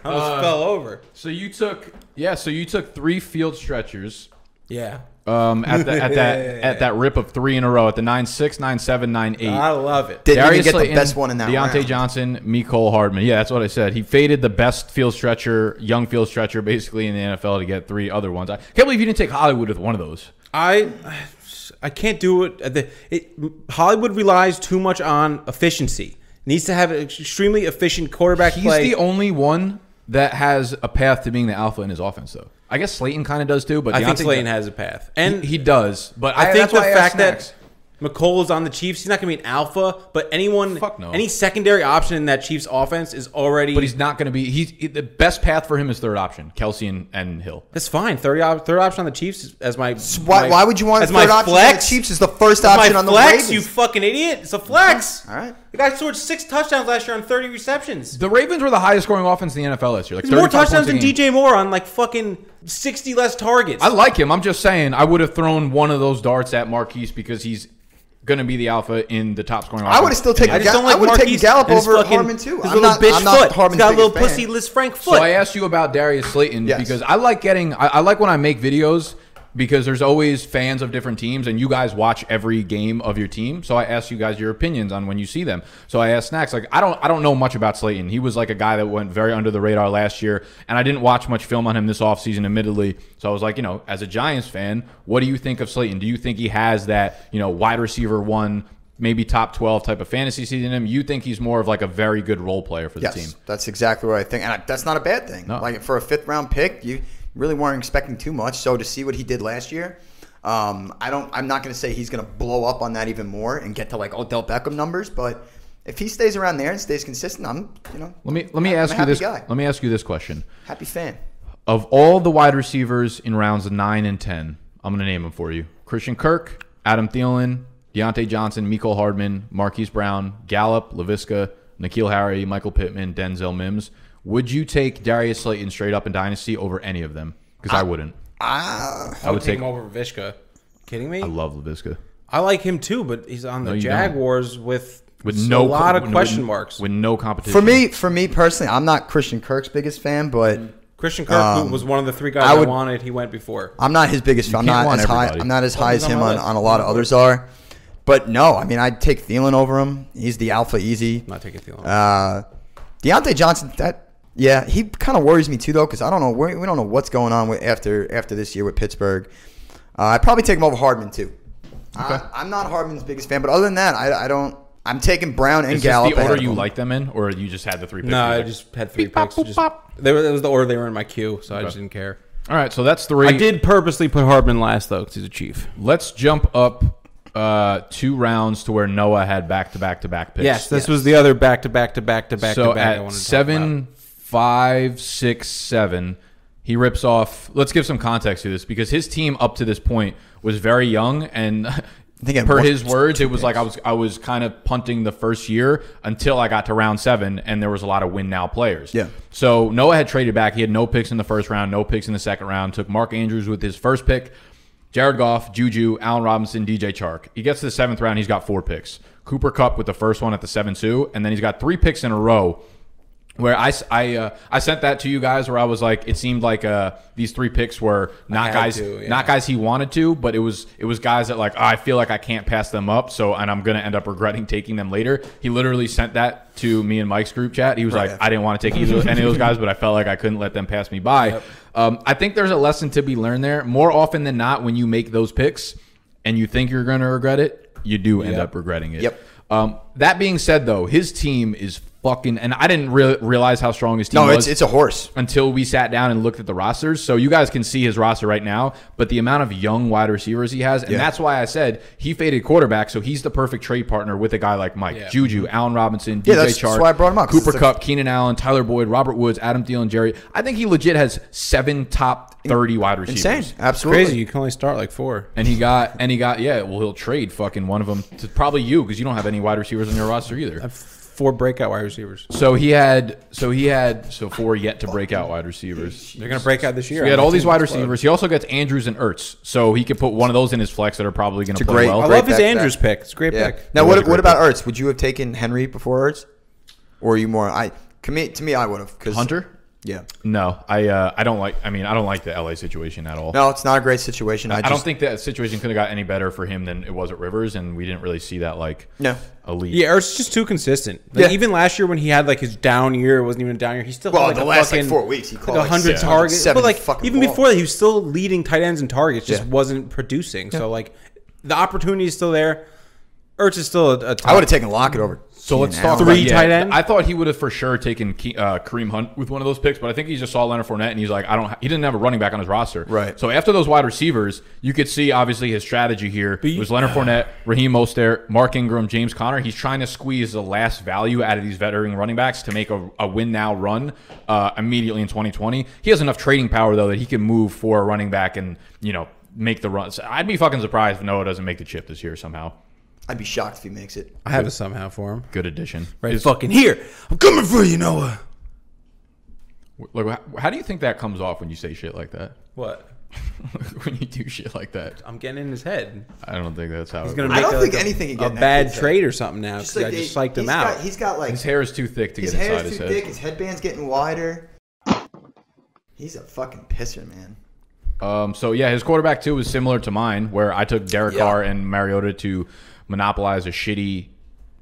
almost
Uh,
fell over.
So you took yeah. So you took three field stretchers
Yeah,
um, at the, at that at that rip of three in a row at the nine six nine seven nine eight.
I love it.
Didn't even
Darius
get
Slayton,
the best one in that
Deontay
round.
Johnson, Mecole Hardman. Yeah, that's what I said. He faded the best field stretcher, young field stretcher, basically in the NFL to get three other ones. I can't believe you didn't take Hollywood with one of those.
I I can't do it. The- it- Hollywood relies too much on efficiency. Needs to have an extremely efficient quarterback
He's
play.
the only one that has a path to being the alpha in his offense, though. I guess Slayton kind of does too, but
I think
Deontay-
Slayton has a path, and
He, he does, but
I think
that's
the
why I asked
fact that
next.
McColl is on the Chiefs, he's not going to be an alpha. But anyone,
Fuck no.
any secondary option in that Chiefs offense is already.
but he's not going to be. He's he- the best path for him is third option, Kelsey and, and Hill.
that's fine. Third, op- third option on the Chiefs as my.
Why,
my-
why would you want
as
a third
my
option? on
flex?
The Chiefs is the first
That's
option
my
on the
flex,
Ravens.
you fucking idiot! It's a flex.
All right.
the guy scored six touchdowns last year on thirty receptions.
The Ravens were the highest scoring offense in the NFL last year. Like
There's more
35 points
touchdowns
a
than
game.
DJ Moore on like fucking sixty less targets.
I like him. I'm just saying I would have thrown one of those darts at Marquise because he's going to be the alpha in the top scoring.
I would have still taken.
I
I,
just
don't like
I would have taken
Marquise
Gallup
and his
over
fucking-
Harmon too.
his
I'm
little
not,
bitch
I'm not
foot.
Harmon's
He's got a little
biggest fan.
pussyless Frank
So I
foot.
asked you about Darius Slayton
Yes.
because I like getting. I, I like when I make videos because there's always fans of different teams, and you guys watch every game of your team. So I asked you guys your opinions on when you see them. So I asked Snacks like I don't I don't know much about Slayton. He was like a guy that went very under the radar last year, and I didn't watch much film on him this offseason, admittedly. So I was like, you know, as a Giants fan, what do you think of Slayton? Do you think he has that you know wide receiver one? Maybe top twelve type of fantasy season in him. You think he's more of like a very good role player for the
Yes,
team?
that's exactly what I think, and I, that's not a bad thing.
No.
Like for a fifth round pick, you really weren't expecting too much. So to see what he did last year, um, I don't. I'm not going to say he's going to blow up on that even more and get to like Odell Beckham numbers, but if he stays around there and stays consistent, I'm you know
Let me let me
I'm
ask
a
you
happy
this.
guy.
Let me ask you this question:
happy fan.
Of all the wide receivers in rounds nine and ten, I'm going to name them for you: Christian Kirk, Adam Thielen, Deontay Johnson, Miko Hardman, Marquise Brown, Gallup, Laviska, Nikhil Harry, Michael Pittman, Denzel Mims. Would you take Darius Slayton straight up in Dynasty over any of them? Because I, wouldn't.
Ah,
I would take.
him over Vishka. Kidding me?
I love Laviska
I like him too, but he's on the
you don't.
Jaguars with
with
s-
no
a lot of
with-
question
with-
marks.
with no competition.
for me, for me personally, I'm not Christian Kirk's biggest fan, but
Mm. Christian Kirk who was one of the three guys
Um, I
I,
would-
wanted. He went before.
I'm not his biggest. I'm
can't
not
want
as high.
everybody.
I'm not as high as
he's on
him
my
on,
list.
on a lot of others are. But no, I mean, I'd take Thielen over him. He's the alpha easy.
I'm not taking Thielen.
Uh, Deontay Johnson, that yeah, he kind of worries me too though because I don't know we, we don't know what's going on with after after this year with Pittsburgh. Uh, I'd probably take him over Hardman too. I, I'm not Hardman's biggest fan, but other than that, I, I don't. I'm taking Brown and
is this
Gallup.
the
ahead
order
of
you
him.
like them in, or you just had the three? picks
no,
you
I
picked?
just had three
Beep, bop,
picks.
boop,
Just,
bop.
they were, that was the order they were in my queue, so I just didn't care.
All right, so that's three.
I did purposely put Hardman last though, because he's a chief.
Let's jump up uh, two rounds to where Noah had back to back to back picks.
Yes, this was the other back to back to back to back
so
to back. I
at
wanted to talk about.
seven, five, six, seven, he rips off. Let's give some context to this because his team up to this point was very young and.
think I
Per
watched
his words, it was like I was I was kind of punting the first year until I got to round seven, and there was a lot of win now players.
Yeah.
So Noah had traded back. He had no picks in the first round, no picks in the second round. Took Mark Andrews with his first pick, Jared Goff, Juju, Allen Robinson, DJ Chark. He gets to the seventh round. He's got four picks. Cooper Cup with the first one at the seven two, and then he's got three picks in a row. Where I, s- I, uh, I sent that to you guys where I was like it seemed like uh, these three picks were not
had
guys
to, yeah.
not guys he wanted to but it was it was guys that like "Oh, I feel like I can't pass them up so and I'm gonna end up regretting taking them later he literally sent that to me and Mike's group chat he was like I didn't want to take either any of those guys but I felt like I couldn't let them pass me by um, I think there's a lesson to be learned there more often than not when you make those picks and you think you're gonna regret it you do end up regretting it
Yep.
um, that being said, though, his team is fucking, and I didn't re- realize how strong his team
No,
was
it's it's a horse.
until we sat down and looked at the rosters. So you guys can see his roster right now, but the amount of young wide receivers he has, and
Yeah.
that's why I said he faded quarterback. So he's the perfect trade partner with a guy like Mike Juju, Allen Robinson, DJ
Yeah, that's-
Chark,
that's why I brought him up, 'cause
Cooper
it's a-
Cup, Keenan Allen, Tyler Boyd, Robert Woods, Adam Thielen, Jerry. I think he legit has seven top thirty wide receivers.
Insane, absolutely.
crazy, you can only start like four.
And he got, and he got, yeah. Well, he'll trade fucking one of them to probably you because you don't have any wide receivers on your roster either.
Four breakout wide receivers.
So he had, so he had, so four yet to break out wide receivers.
They're gonna break out this year.
He had
My
all these
team
wide
explode.
receivers. He also gets Andrews and Ertz, so he could put one of those in his flex that are probably going to
a
play
great-
well.
I
Great
love his
back
Andrews
back.
pick. It's a great
Yeah.
pick.
Now,
It was a
what,
great
what about Ertz? Would you have taken Henry before Ertz, or are you more? I commit to me. I would have because
Hunter?
Yeah.
No, I uh, I don't like. I mean, I don't like the LA situation at all.
No, it's not a great situation. I,
I,
just,
don't think that situation could have got any better for him than it was at Rivers, and we didn't really see that like
No.
elite.
Yeah, or it's just too consistent. Like
Yeah.
even last year when he had like his down year, it wasn't even a down year. He still
Well,
had like
the
a
last, like,
fucking,
four weeks, he
like,
caught, like,
100
yeah.
targets.
seven
but like
fucking
even
balls.
before that, he was still leading tight ends and targets. Just
Yeah.
wasn't producing. So like the opportunity is still there. Ertz is still a, a top.
I would have taken Lockett over.
So let's
Keenan
talk
Allen.
Three
about,
tight end?
I thought he would have for sure taken Ke- uh, Kareem Hunt with one of those picks, but I think he just saw Leonard Fournette and he's like, I don't. ha- He didn't have a running back on his roster,
Right.
So after those wide receivers, you could see obviously his strategy here
you-
was Leonard Fournette, Raheem Mostert, Mark Ingram, James Conner. He's trying to squeeze the last value out of these veteran running backs to make a, a win now run uh, immediately in 2020. He has enough trading power though that he can move for a running back and you know make the runs. I'd be fucking surprised if Noah doesn't make the chip this year somehow.
I'd be shocked if he makes it.
I have it somehow for him.
Good addition.
Right, fucking here. I'm coming for you, Noah.
Like, wh- how do you think that comes off when you say shit like that?
What?
when you do shit like that.
I'm getting in his head.
I don't think that's how
He's
it
gonna
works.
I
make
don't
a,
think
like,
anything can
a
get in that
bad
kid's head.
trade or something now because I
they-
just psyched him
he's
out.
Got, he's got like
His hair is too thick to
his
get
hair
inside
is
his
too
head.
thick. His headband's getting wider. He's a fucking pisser, man.
Um, so yeah, his quarterback too was similar to mine, where I took Derek
Yeah.
Carr and Mariota to monopolize a shitty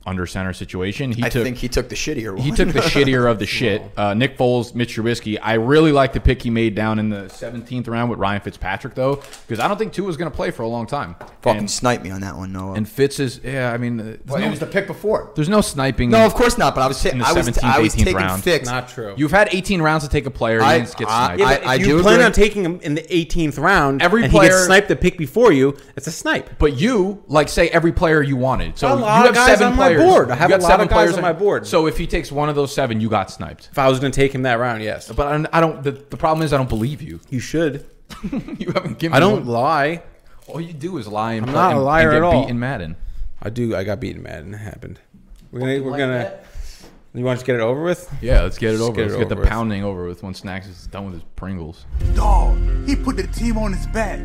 under center situation. He
I
took
think he took the shittier one.
he took the shittier of the shit. Uh, Nick Foles, Mitch Trubisky. I really like the pick he made down in the 17th round with Ryan Fitzpatrick though, because I don't think Tua's going to play for a long time.
fucking
And,
snipe me on that one, Noah.
and Fitz is yeah. I mean, uh, there's,
Well, it
no,
was the pick before.
there's no sniping.
No, of course not. But I was saying
In the
I was
17th,
I was
18th
taking
round.
fix.
Not true.
You've had 18 rounds to take a player.
I-
and you just get
I-
sniped.
Yeah, but
I- I
if
do
you plan
agree.
on taking him in the 18th round.
Every
and he gets
player-
sniped the pick before you. It's a snipe.
But you, like, say every player you wanted.
A
So
lot
you
of
have
guys
seven
on my
players.
board. I have
You got
a lot of
seven
guys
players
on my board.
So if he takes one of those seven, you got sniped.
If I was going to take him that round, yes,
But I don't. I don't the, the problem is I don't believe you.
you should.
you haven't given.
I don't
One.
lie.
All you do is lie and
I'm
play
not a
and,
liar
and get
at all.
Beat in Madden.
I do. I got beaten, Madden. It happened. We're gonna. We're gonna. You want to get it over with?
Yeah, let's get it over.
get
let's
it
get the
over with.
pounding over with when Snacks is done with his Pringles.
Dog, he put the team on his back.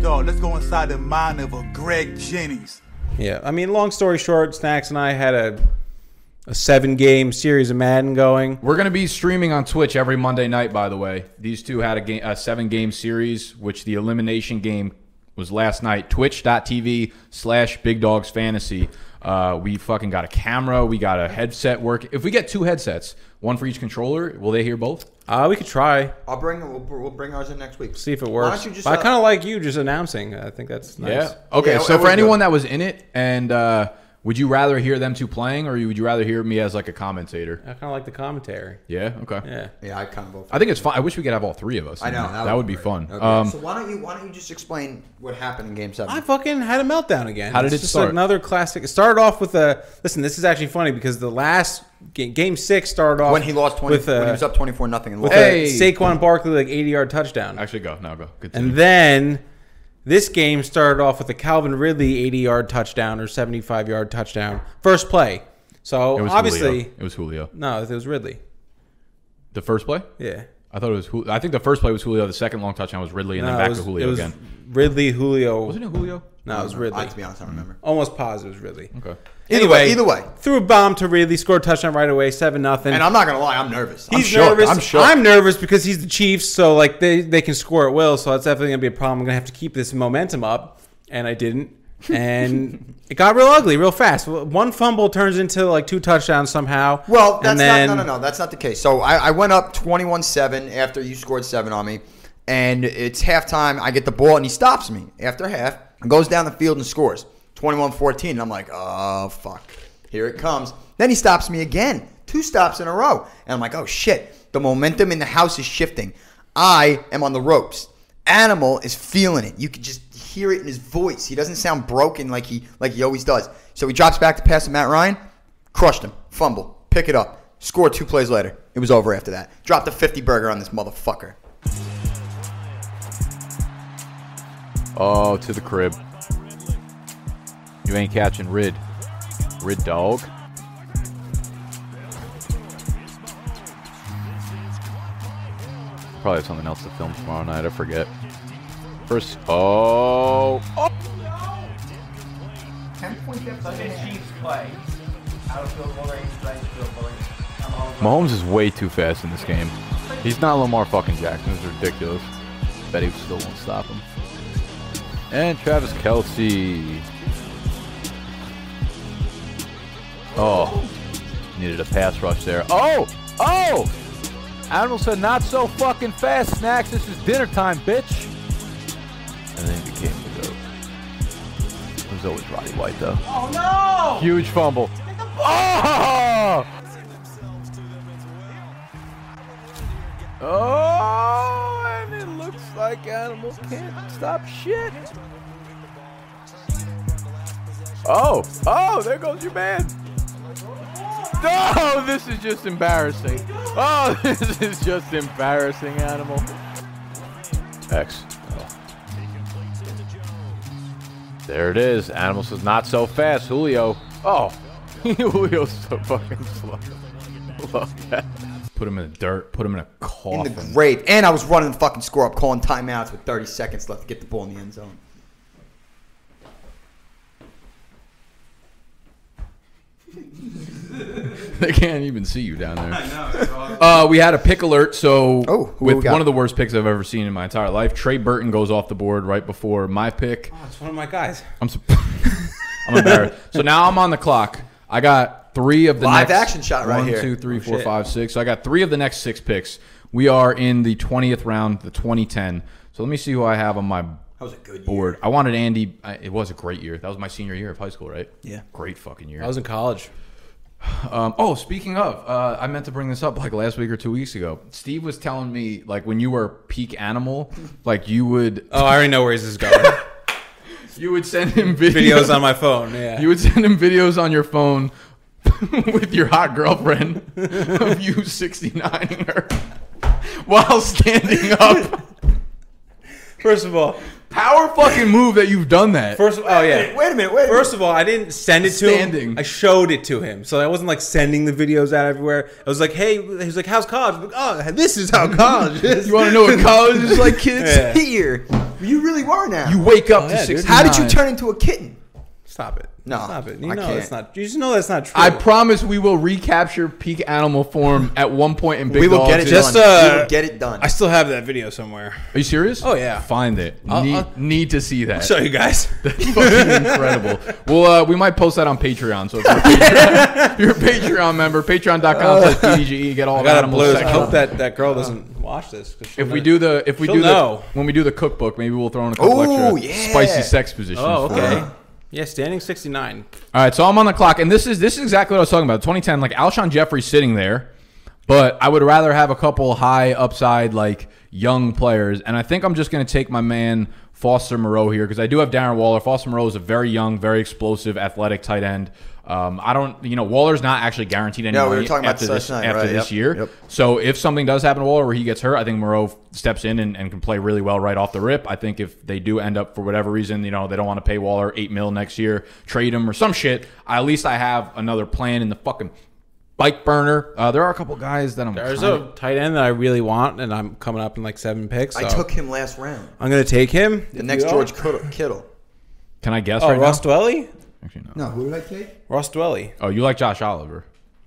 Dog, let's go inside the mind of a Greg Jennings.
Yeah. I mean, long story short, Snacks and I had a a seven game series of Madden going.
We're gonna be streaming on Twitch every Monday night. By the way, these two had a, game, a seven game series, which the elimination game was last night. Twitch.tv slash Big Dogs Fantasy. Uh, we fucking got a camera. We got a headset work. If we get two headsets, one for each controller, will they hear both?
Uh, we could try.
I'll bring we'll, we'll bring ours in next week.
See if it
Why
works.
don't you just?
But I
uh,
kind of like you just announcing. I think that's nice.
Yeah. Okay.
Yeah, I
so for
would
anyone
do.
that was in it, and uh, would you rather hear them two playing, or you- would you rather hear me as like a commentator?
I kind of like the commentary.
Yeah. Okay.
Yeah.
Yeah, I kind of vote. For
I think it's fun. I wish we could have all three of us.
I
in
know
there. that,
was
would be
great.
fun.
Okay.
Um,
so why don't you why don't you just explain what happened in Game Seven?
I fucking had a meltdown again.
How did
It's
it
just
start?
Another classic. It started off with a listen. This is actually funny because the last game, game six started off
when he lost twenty,
uh,
with a,
when he was up twenty four nothing and
with
lost.
Hey!
a Saquon Barkley like eighty yard touchdown,
actually, go now. Go. Continue.
and then this game started off with a Calvin Ridley eighty yard touchdown or seventy five yard touchdown first play. So
it was
obviously,
Julio. it was Julio.
no, it was Ridley.
The first play.
Yeah,
I thought it was. Jul- I think the first play was Julio. The second long touchdown was Ridley, and
no,
then back
it was,
to Julio
it was
again.
Ridley Julio.
Wasn't it Julio?
no, it was
I,
Ridley.
to be honest, I don't remember.
Almost positive it was Ridley.
Okay.
Either way, either way.
threw a bomb to Ridley, scored a touchdown right away, seven nothing.
And I'm not gonna lie, I'm nervous. I'm
He's
shook.
nervous.
I'm shook.
nervous because he's the Chiefs, so like they, they can score at will. So that's definitely gonna be a problem. I'm gonna have to keep this momentum up, and I didn't. And it got real ugly, real fast. One fumble turns into like two touchdowns somehow.
Well,
And
that's
then-
not no no no. That's not the case. So I, I went up twenty one seven after you scored seven on me, and it's halftime. I get the ball and he stops me after half. Goes down the field and scores 21-14. And I'm like, oh fuck, here it comes. Then he stops me again, two stops in a row, and I'm like, oh shit, the momentum in the house is shifting. I am on the ropes. Animal is feeling it. You could just hear it in his voice. He doesn't sound broken like he like he always does. So he drops back to pass to Matt Ryan crushed him, fumble, pick it up, score two plays later. It was over after that. Dropped a 50 burger on this motherfucker.
Oh, to the crib. You ain't catching Rid. Rid dog. Probably have something else to film tomorrow night. I forget. First, oh, oh. Mahomes is way too fast in this game. He's not Lamar fucking Jackson. This is ridiculous. Bet he still won't stop him. And Travis Kelsey. Oh, needed a pass rush there. Oh, oh! Animal said, not so fucking fast, Snacks. This is dinner time, bitch. And then he became the goat. It was always Roddy White, though. Oh, no! Huge fumble. Oh! Oh, and it looks like Animal can't stop shit. Oh, oh, there goes your man. Oh, this is just embarrassing. Oh, this is just embarrassing, Animal. X. Oh. There it is. Animal says, not so fast, Julio. Oh, Julio's so fucking slow. Love that. Put him in the dirt. Put him in a coffin.
in the grave. And I was running the fucking score up, calling timeouts with 30 seconds left to get the ball in the end zone.
They can't even see you down there. Uh, we had a pick alert. So,
Oh, who we
with
got?
one of the worst picks I've ever seen in my entire life, Trey Burton goes off the board right before my pick.
That's one of my guys.
I'm, sup- I'm embarrassed. So now I'm on the clock. I got three of the
Live
next-
action shot right
one,
here.
two, three, four, five, six. So I got three of the next six picks. We are in the 20th round, the 2010. So let me see who I have on my
That was a good year.
board. I wanted Andy. I, it was a great year. That was my senior year of high school, right?
Yeah.
Great fucking year.
I was in college.
um, oh, speaking of, uh, I meant to bring this up like last week or two weeks ago. Steve was telling me like when you were peak animal, like you would uh,
Oh, I already know where this is going.
you would send him videos.
Videos on my phone. Yeah.
you would send him videos on your phone with your hot girlfriend of you 69ing her while standing up.
first of all,
Power fucking move that you've done that.
first of, oh yeah.
Wait a minute, wait a
First of all, I didn't send it to him.
Standing.
I showed it to him, so I wasn't like sending the videos out everywhere. I was like, "Hey," he was like, "How's college?" I'm like, oh, this is how college is.
you want to know what college is like,
Yeah.
kids?
minute. Here. You really were now.
You wake up
yeah,
to
dude.
69.
How did you turn into a kitten?
Stop it.
No,
stop it. You
I
know
can't.
that's not. You just know that's not true.
I promise we will recapture peak animal form at one point in Big
we will
Dog
get it
too.
just,
done.
uh,
we will get it done.
I still have that video somewhere.
Are you serious?
Oh, yeah.
Find it. need,
I'll-
need to see that.
Show you guys.
Fucking incredible. Well, uh, we might post that on Patreon. So if you're a Patreon, if you're a Patreon member, patreon.com slash PDGE, E, get all of
Got a
animal
blues. Uh, I
sexual.
hope that that girl doesn't watch this. 'cause she'll
If we
know.
do the if we
She'll
do
know.
the when we do the cookbook, maybe we'll throw in a couple
Ooh,
extra
yeah.
spicy sex positions.
Oh,
for
okay.
it.
Yeah, standing 69.
All right, so I'm on the clock, and this is this is exactly what I was talking about. 2010, like Alshon Jeffrey's sitting there, but I would rather have a couple high upside, like young players, and I think I'm just going to take my man Foster Moreau here because I do have Darren Waller. Foster Moreau is a very young, very explosive, athletic tight end. Um, I don't, you know, Waller's not actually guaranteed any
No, we were
money
talking about
after
this
this,
last night,
after
right,
this
yep,
year.
yep.
So if something does happen to Waller where he gets hurt, I think Moreau steps in and, and can play really well right off the rip. I think if they do end up for whatever reason, you know, they don't want to pay Waller eight mil next year, trade him or some shit. I, at least I have another plan in the fucking bike burner. Uh, there are a couple guys that I'm.
There's
kinda-
a tight end that I really want, and I'm coming up in like seven picks.
I
so
took him last round.
I'm going to take him.
The next
You
George
are?
Kittle. Kittle.
Can I guess
Oh,
right
Ross
now?
Dwelly?
Actually, no.
No, who did I take?
Ross Dwelly.
Oh, you like Josh Oliver?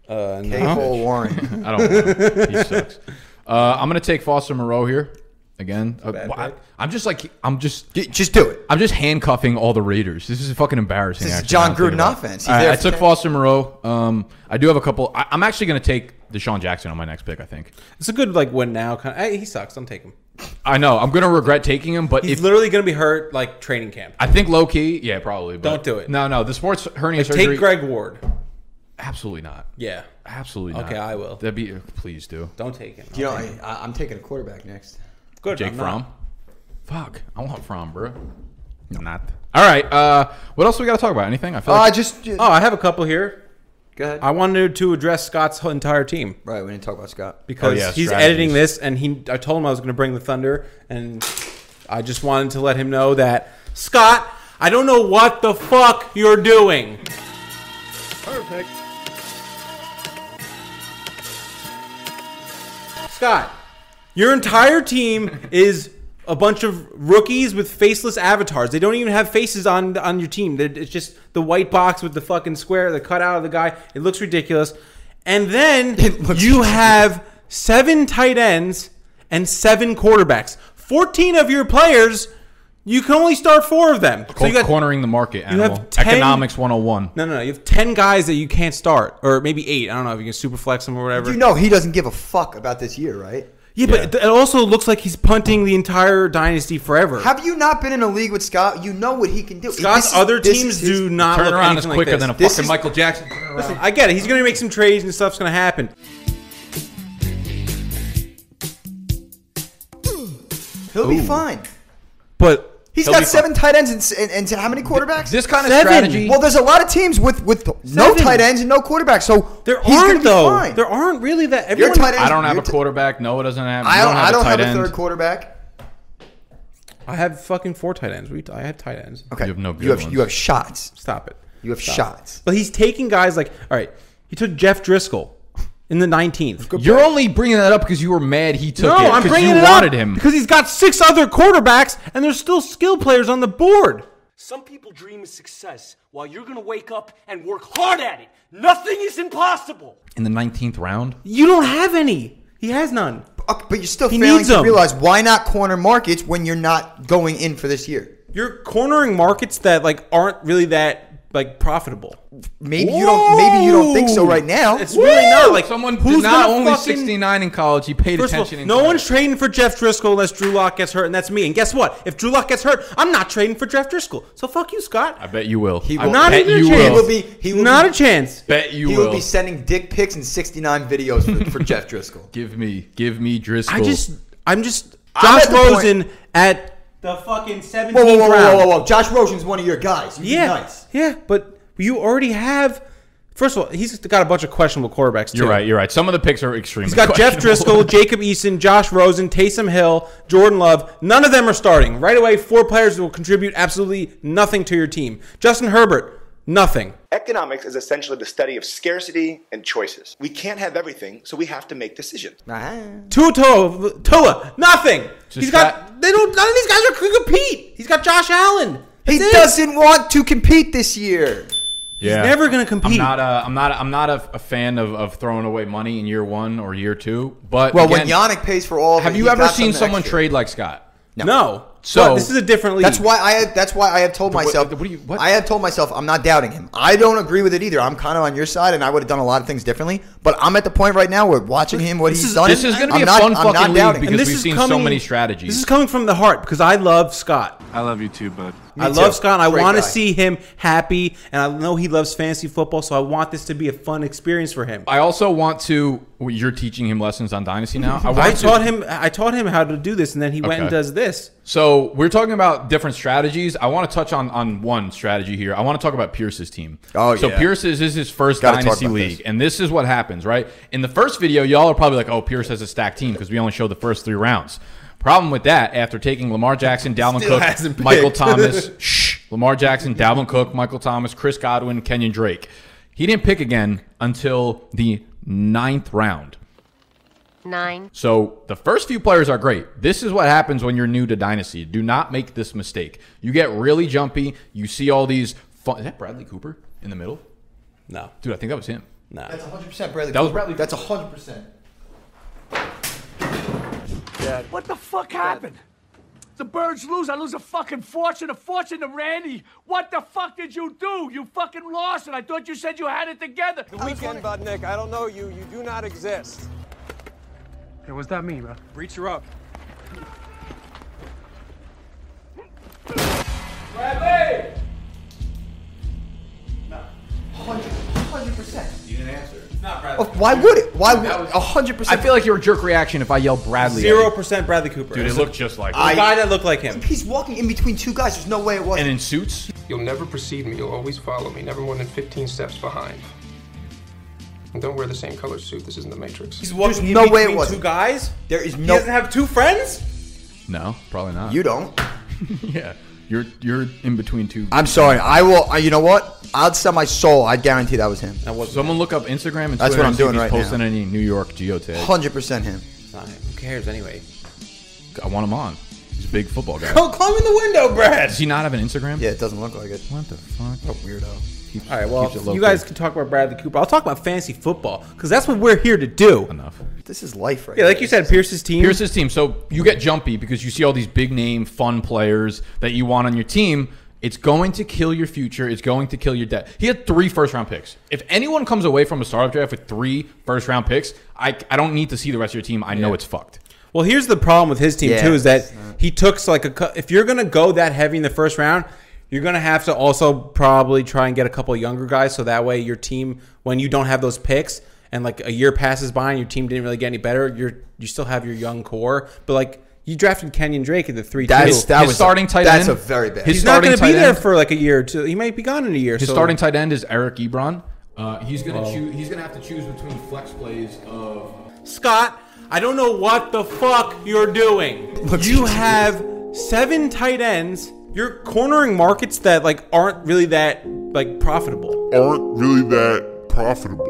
Uh,
K.
no.
Cole Warren.
I don't. want him. he sucks. Uh, I'm gonna take Foster Moreau here again. Uh,
bad
wh- I,
pick.
I'm just like I'm just
J- Just do it.
I'm just handcuffing all the Raiders. This is fucking embarrassing.
This is
actually,
John
now I'm thinking
Gruden
about it.
offense. He's
All right,
there
I
for
took
ten-
Foster Moreau. Um, I do have a couple. I, I'm actually going to take Deshaun Jackson on my next pick. I think.
It's a good like win now. Kind of, he sucks. Don't take him.
I know I'm going to regret taking him, but
He's
if
literally going to be hurt like training camp.
I think low key, yeah, probably.
Don't
But
do it.
No, no, the sports hernia surgery.
Take Greg Ward.
absolutely not.
Yeah.
Absolutely not.
Okay, I will.
That'd be please do.
Don't take him.
You know, I, I- I'm taking a quarterback next.
Good.
Jake
I'm
Fromm.
not.
Fuck, I want Fromm, bro. Not. All right. Uh, what else we got to talk about? Anything? I feel.
Uh,
like
just, just
Oh, I have a couple here.
go ahead.
I wanted to address Scott's whole entire team.
right, we didn't talk about Scott.
because
Oh, yeah,
he's
strategies.
editing this and he I told him I was going to bring the thunder and I just wanted to let him know that Scott, I don't know what the fuck you're doing. Perfect. Scott, your entire team is a bunch of rookies with faceless avatars. They don't even have faces on on your team. They're- It's just the white box with the fucking square, the cutout of the guy. It looks ridiculous. And then
looks
you have seven tight ends and seven quarterbacks. Fourteen of your players, you can only start four of them. So
cor-
you got
cornering the market. Animal.
have 10
Economics 101.
no, no, no. You have ten guys that you can't start, or maybe eight. I don't know if you can super flex them or whatever.
You know he doesn't give a fuck about this year, right?
yeah, but it- it also looks like he's punting the entire dynasty forever.
Have you not been in a league with Scott? You know what he can do.
Scott's
This is-
other
this
teams
is his-
do not look
Turnaround is
anything
quicker
like
than a
This
fucking
is-
Michael Jackson.
Listen, I get it. He's going to make some trades and stuff's going to happen.
He'll be fine.
But
He's
He'll be
got
fine.
seven tight ends and, s- and, and how many quarterbacks?
This kind of
Seven.
strategy.
well, there's a lot of teams with with no
Seven.
tight ends and no quarterbacks, so
there
he's gonna
aren't
be
though.
fine.
There aren't really that.
Your
Everyone.
tight ends-
I don't have
your
a
t-
quarterback. Noah doesn't have.
I
you
don't. I don't
tight
have a
end.
third quarterback.
I have fucking four tight ends. We, I have tight ends.
Okay,
You have no good
You have
ones.
you have shots.
Stop it.
You have
Stop.
shots.
But he's taking guys like all right. He took Jeff Driscoll. in the 19th.
You're only bringing that up because you were mad he took
No,
it.
I'm
'cause
bringing
you
it
wanted
up
him.
because he's got six other quarterbacks, and there's still skill players on the board.
Some people dream of success while you're going to wake up and work hard at it. Nothing is impossible.
in the 19th round.
You don't have any. He has none.
Okay, But you're still
He
failing
needs
to
them.
realize why not corner markets when you're not going in for this year.
You're cornering markets that like aren't really that like profitable.
Maybe you don't. Maybe you don't think so right now.
It's really not like
Someone
who's
who's not
gonna
only
fucking-
69 in college. He paid
First of
attention.
all,
in
no
college.
one's trading for Jeff Driscoll unless Drew Lock gets hurt, and that's me. And guess what? If Drew Lock gets hurt, I'm not trading for Jeff Driscoll. So fuck you, Scott.
I bet you will.
He
I
will-
not
bet
even a
you
chance.
He
will.
will be- he will
not
be-
a chance.
Bet you
he
will.
will be sending dick pics in 69 videos for, for Jeff Driscoll.
give me, give me Driscoll.
I just, I'm just
I'm
Josh
at the point-
Rosen at the fucking 17th
Whoa, whoa, whoa,
round.
whoa, whoa, whoa! Josh Rosen's one of your guys. You
Yeah,
nice.
yeah, but you already have. First of all, he's got a bunch of questionable quarterbacks. Too.
You're right. You're right. Some of the picks are extremely.
He's got Jeff Driscoll, Jacob Eason, Josh Rosen, Taysom Hill, Jordan Love. None of them are starting. Right away, four players will contribute absolutely nothing to your team. Justin Herbert, nothing.
Economics is essentially the study of scarcity and choices. We can't have everything, so we have to make decisions.
Tua Toa, Toa nothing. he's got,
got-
they don't none of these guys are can compete. He's got Josh Allen.
He
That's it.
doesn't want to compete this year.
Yeah.
never gonna compete.
I'm not a, I'm not, I'm not a, a fan of, of throwing away money in year one or year two. But
Well, when
again,
Yannick pays for all, of
have
it,
you
he's
ever
got
seen
something
someone
extra.
trade like Scott?
No.
So-
So this is a different league.
That's why I. Have, that's why I have told
what-
myself.
what do you- what?
I have told myself I'm not doubting him. I don't agree with it either. I'm kind of on your side, and I would have done a lot of things differently. But I'm at the point right now where watching him, what
This
he's
is-
done,
This is going to
I'm
be a
not-
fun
I'm not
fucking league
doubting.
because we've seen so many strategies.
This is coming from the heart because I love Scott.
I love you too, bud.
I love
too.
Scott. And I
Great
want to
guy.
see him happy, and I know he loves fantasy football, so I want this to be a fun experience for him. I,
I also want to. well, You're teaching him lessons on dynasty now. I, want to-
taught him. I taught him how to do this, and then he went and
Okay.
does this.
So we're talking about different strategies. I want to touch on on one strategy here. I want to talk about Pierce's team.
Oh,
so
yeah.
Pierce is, is his first
Gotta talk
dynasty
about
league,
this.
and this is what happens, right? In the first video, y'all are probably like, "Oh, Pierce has a stacked team" because we only show the first three rounds. Problem with that, after taking Lamar Jackson, Dalvin
Still hasn't
Cook, Michael
picked.
Thomas, shh, Lamar Jackson, Dalvin Cook, Michael Thomas, Chris Godwin, Kenyon Drake, he didn't pick again until the ninth round.
nine,
So the first few players are great. This is what happens when you're new to Dynasty. Do not make this mistake. You get really jumpy. You see all these fun. Is that Bradley Cooper in the middle?
No,
Dude, I think that was him.
no.
That's 100 percent Bradley.
That was
Cooper.
Bradley
That's 100. percent
What the fuck happened? The birds lose. I lose a fucking fortune, a fortune to Randy. What the fuck did you do? You fucking lost, and I thought you said you had it together. The weekend, Budnick. I don't know you. You do not exist. Hey, what's that mean, bro? Breach her up. Bradley!
100 percent.
You didn't answer.
Oh, Why would it? Why would
That was-
100?
I
percent
feel like you're a jerk reaction if I yell Bradley.
Zero percent Bradley Cooper.
Dude, it
It's
looked just like.
a
I-
guy that looked like him.
He's walking in between two guys. There's no way it wasn't.
and in suits.
You'll never precede me. You'll always follow me. Never more than 15 steps behind. And don't wear the same color suit. This isn't the Matrix.
He's walking
There's
in
no way it
between two
wasn't.
guys.
There is
He
no.
doesn't have two friends.
No, probably not.
you don't.
yeah, you're you're in between two.
I'm sorry. I will. Uh, you know what? I'd sell my soul. I guarantee that was him.
Someone look up Instagram and Twitter
That's what I'm
and see if
doing
he's
right now.
posting any New York geotag.
100 percent him.
Fine. Who cares anyway?
I want him on. He's a big football guy.
Don't climb in the window, Brad.
Does he not have an Instagram?
Yeah, it doesn't look like it.
What the fuck?
What a weirdo.
Keeps-
All right, well,
keeps it low
you guys
key.
can talk about Bradley Cooper. I'll talk about fantasy football because that's what we're here to do.
enough.
This is life, right?
Yeah, like
now.
you said, Pierce's team.
Here's his team. So you get jumpy because you see all these big name, fun players that you want on your team. It's going to kill your future. It's going to kill your debt. He had three first round picks. If anyone comes away from a startup draft with three first round picks, I, I don't need to see the rest of your team. I know it's fucked.
Well, here's the problem with his team
Yeah.
too is that he took like a. cou- If you're gonna go that heavy in the first round, you're gonna have to also probably try and get a couple younger guys, so that way your team, when you don't have those picks, and like a year passes by and your team didn't really get any better, you're you still have your young core. But like you drafted Kenyon Drake at the three
That
two.
is- that
his
was-
starting tight
that's
end.
a very bad-
His
He's not
starting
gonna be
tight
there
end-
for like a year or two. He might be gone in a year.
His
so-
starting tight end is Eric Ebron. Uh, he's gonna choose. He's gonna have to choose between flex plays of.
Scott, I don't know what the fuck you're doing. You have seven tight ends. You're cornering markets that like aren't really that like profitable.
Aren't really that profitable.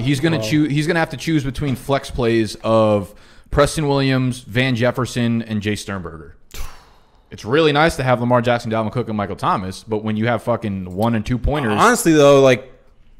He's gonna
Well-
choose. He's gonna have to choose between flex plays of Preston Williams, Van Jefferson, and Jay Sternberger. It's really nice to have Lamar Jackson, Dalvin Cook, and Michael Thomas, but when you have fucking one and two pointers,
Honestly, though, like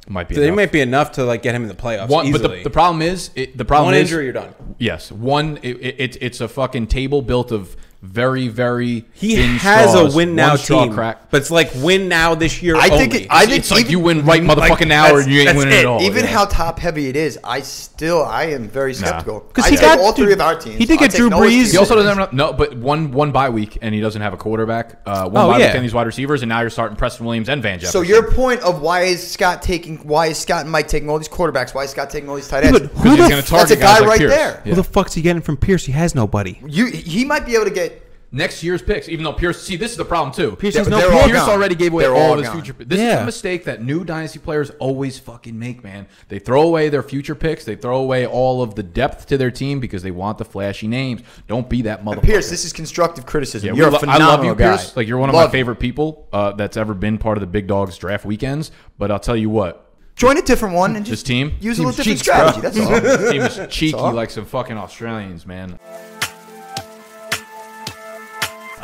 might be
they
enough.
might be enough to like get him in the playoffs
One- but
easily.
the- the problem is it, the problem
one
is
injury, you're done.
Yes, one. It, it, it's- it's a fucking table built of very very.
He
thin
has
straws,
a win now
one straw
team,
Crack.
but it's like win now this year.
I think
only.
it, I think
It's like
even-
you win right motherfucking now or
that's-
you ain't
that's
winning
it.
at all,
Even
yeah.
how top heavy it is, I still I am very skeptical.
Because
I
he
take
got-
all three
dude,
of our teams.
he did
I'll
get
take
Drew
Noah's
Brees.
team.
He also doesn't have no, but one one bye week and he doesn't have a quarterback. Uh, one
Oh,
bye
yeah.
week and these wide receivers, and now you're starting Preston Williams and Van Jefferson.
So your point of why is Scott taking why is Scott and Mike taking all these quarterbacks? Why is Scott taking all these tight ends?
but who the
f-
that's a
target
guy
guys like
right
Pierce.
there.
Who the fuck's he getting from Pierce? He has nobody.
You he might be able to get
next year's picks, even though Pierce. See, this is the problem too. Pierce,
has no they're all gone.
already gave away
They're
all,
all
of his
gone.
future. picks. This is
Yeah.
a mistake that new dynasty players always fucking make, man. They throw away their future picks. They throw away all of the depth to their team because they want the flashy names. Don't be that motherfucker.
Pierce. This is constructive criticism.
Yeah,
you're
we
a
lo- I
phenomenal
love you,
guy.
Pierce. Like you're one of
Love
my
you.
favorite people uh, that's ever been part of the Big Dogs draft weekends. But I'll tell you what,
Join a different one and
this
just
team
use a
team's
little different
cheeks,
strategy.
bro.
That's all.
This team is cheeky
all.
like some fucking Australians, man.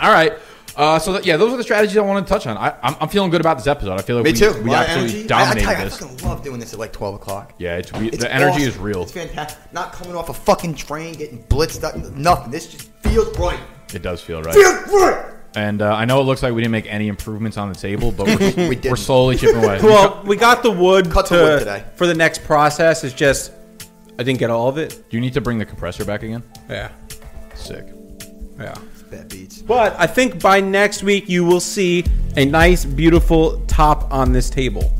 All right. Uh, so that, yeah, those are the strategies I wanted to touch on. I, I'm, I'm feeling good about this episode. I feel like
Me
we,
too.
we
A lot of
absolutely
energy. I- I,
dominated
tell you, I
this.
fucking love doing this at like twelve o'clock.
Yeah, it's, we,
It's
the energy
awesome.
is real.
It's fantastic. Not coming off a fucking train, getting blitzed up, nothing. This just feels right.
It does feel right.
Feels right.
And uh, I know it looks like we didn't make any improvements on the table, but we're, we are
didn't.
slowly chipping away.
Well, we got the wood,
Cut the
to-
wood today.
for the next process. It's just I didn't get all of it.
Do you need to bring the compressor back again?
Yeah,
Sick.
yeah.
Bad beats.
But I think by next week you will see a nice, beautiful top on this table.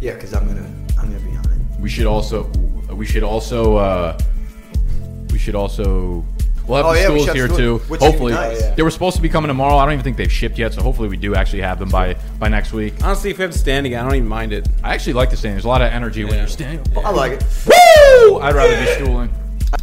Yeah, because I'm gonna, I'm gonna be on it.
We should also we should also uh, we should also we'll have
Oh,
the
yeah, we
schools
should have
here
school-
too.
which would be
hopefully
nice. Oh, yeah.
they were supposed to be coming tomorrow. I don't even think they've shipped yet, so hopefully we do actually have them by by next week.
Honestly, if we have to stand again, I don't even mind it.
I actually like the stand. There's a lot of energy when
Yeah.
you're standing.
I like it.
Woo! I'd rather be stooling.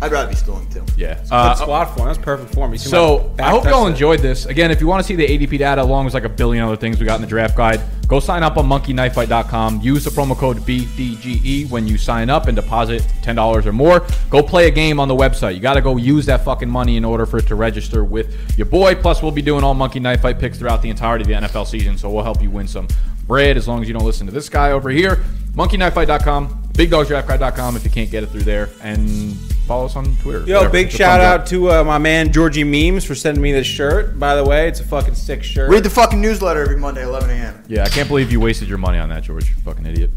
I'd rather be schooling too.
Yeah.
Good
Uh,
squat form. That's perfect for me.
so I hope y'all enjoyed this. Again, if you want to see the ADP data along with like a billion other things we got in the draft guide, go sign up on monkeyknifefight.com. Use the promo code BDGE E when you sign up and deposit ten dollars or more. Go play a game on the website. You got to go use that fucking money in order for it to register with your boy. Plus, we'll be doing all Monkey Knife Fight picks throughout the entirety of the NFL season, so we'll help you win some bread as long as you don't listen to this guy over here. Monkeyknifefight.com, BigDogsDraftGuide.com if you can't get it through there, and follow us on Twitter.
Yo,
Whatever.
big
It's a
shout
thumbs up.
out to uh, my man Georgie Memes for sending me this shirt. By the way, it's a fucking sick shirt.
Read the fucking newsletter every Monday, 11 a.m.
Yeah, I can't believe you wasted your money on that, George. You Fucking idiot.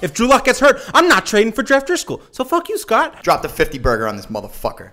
if Drew Lock gets hurt, I'm not trading for Jeff Driscoll. So fuck you, Scott.
Drop the 50 burger on this motherfucker.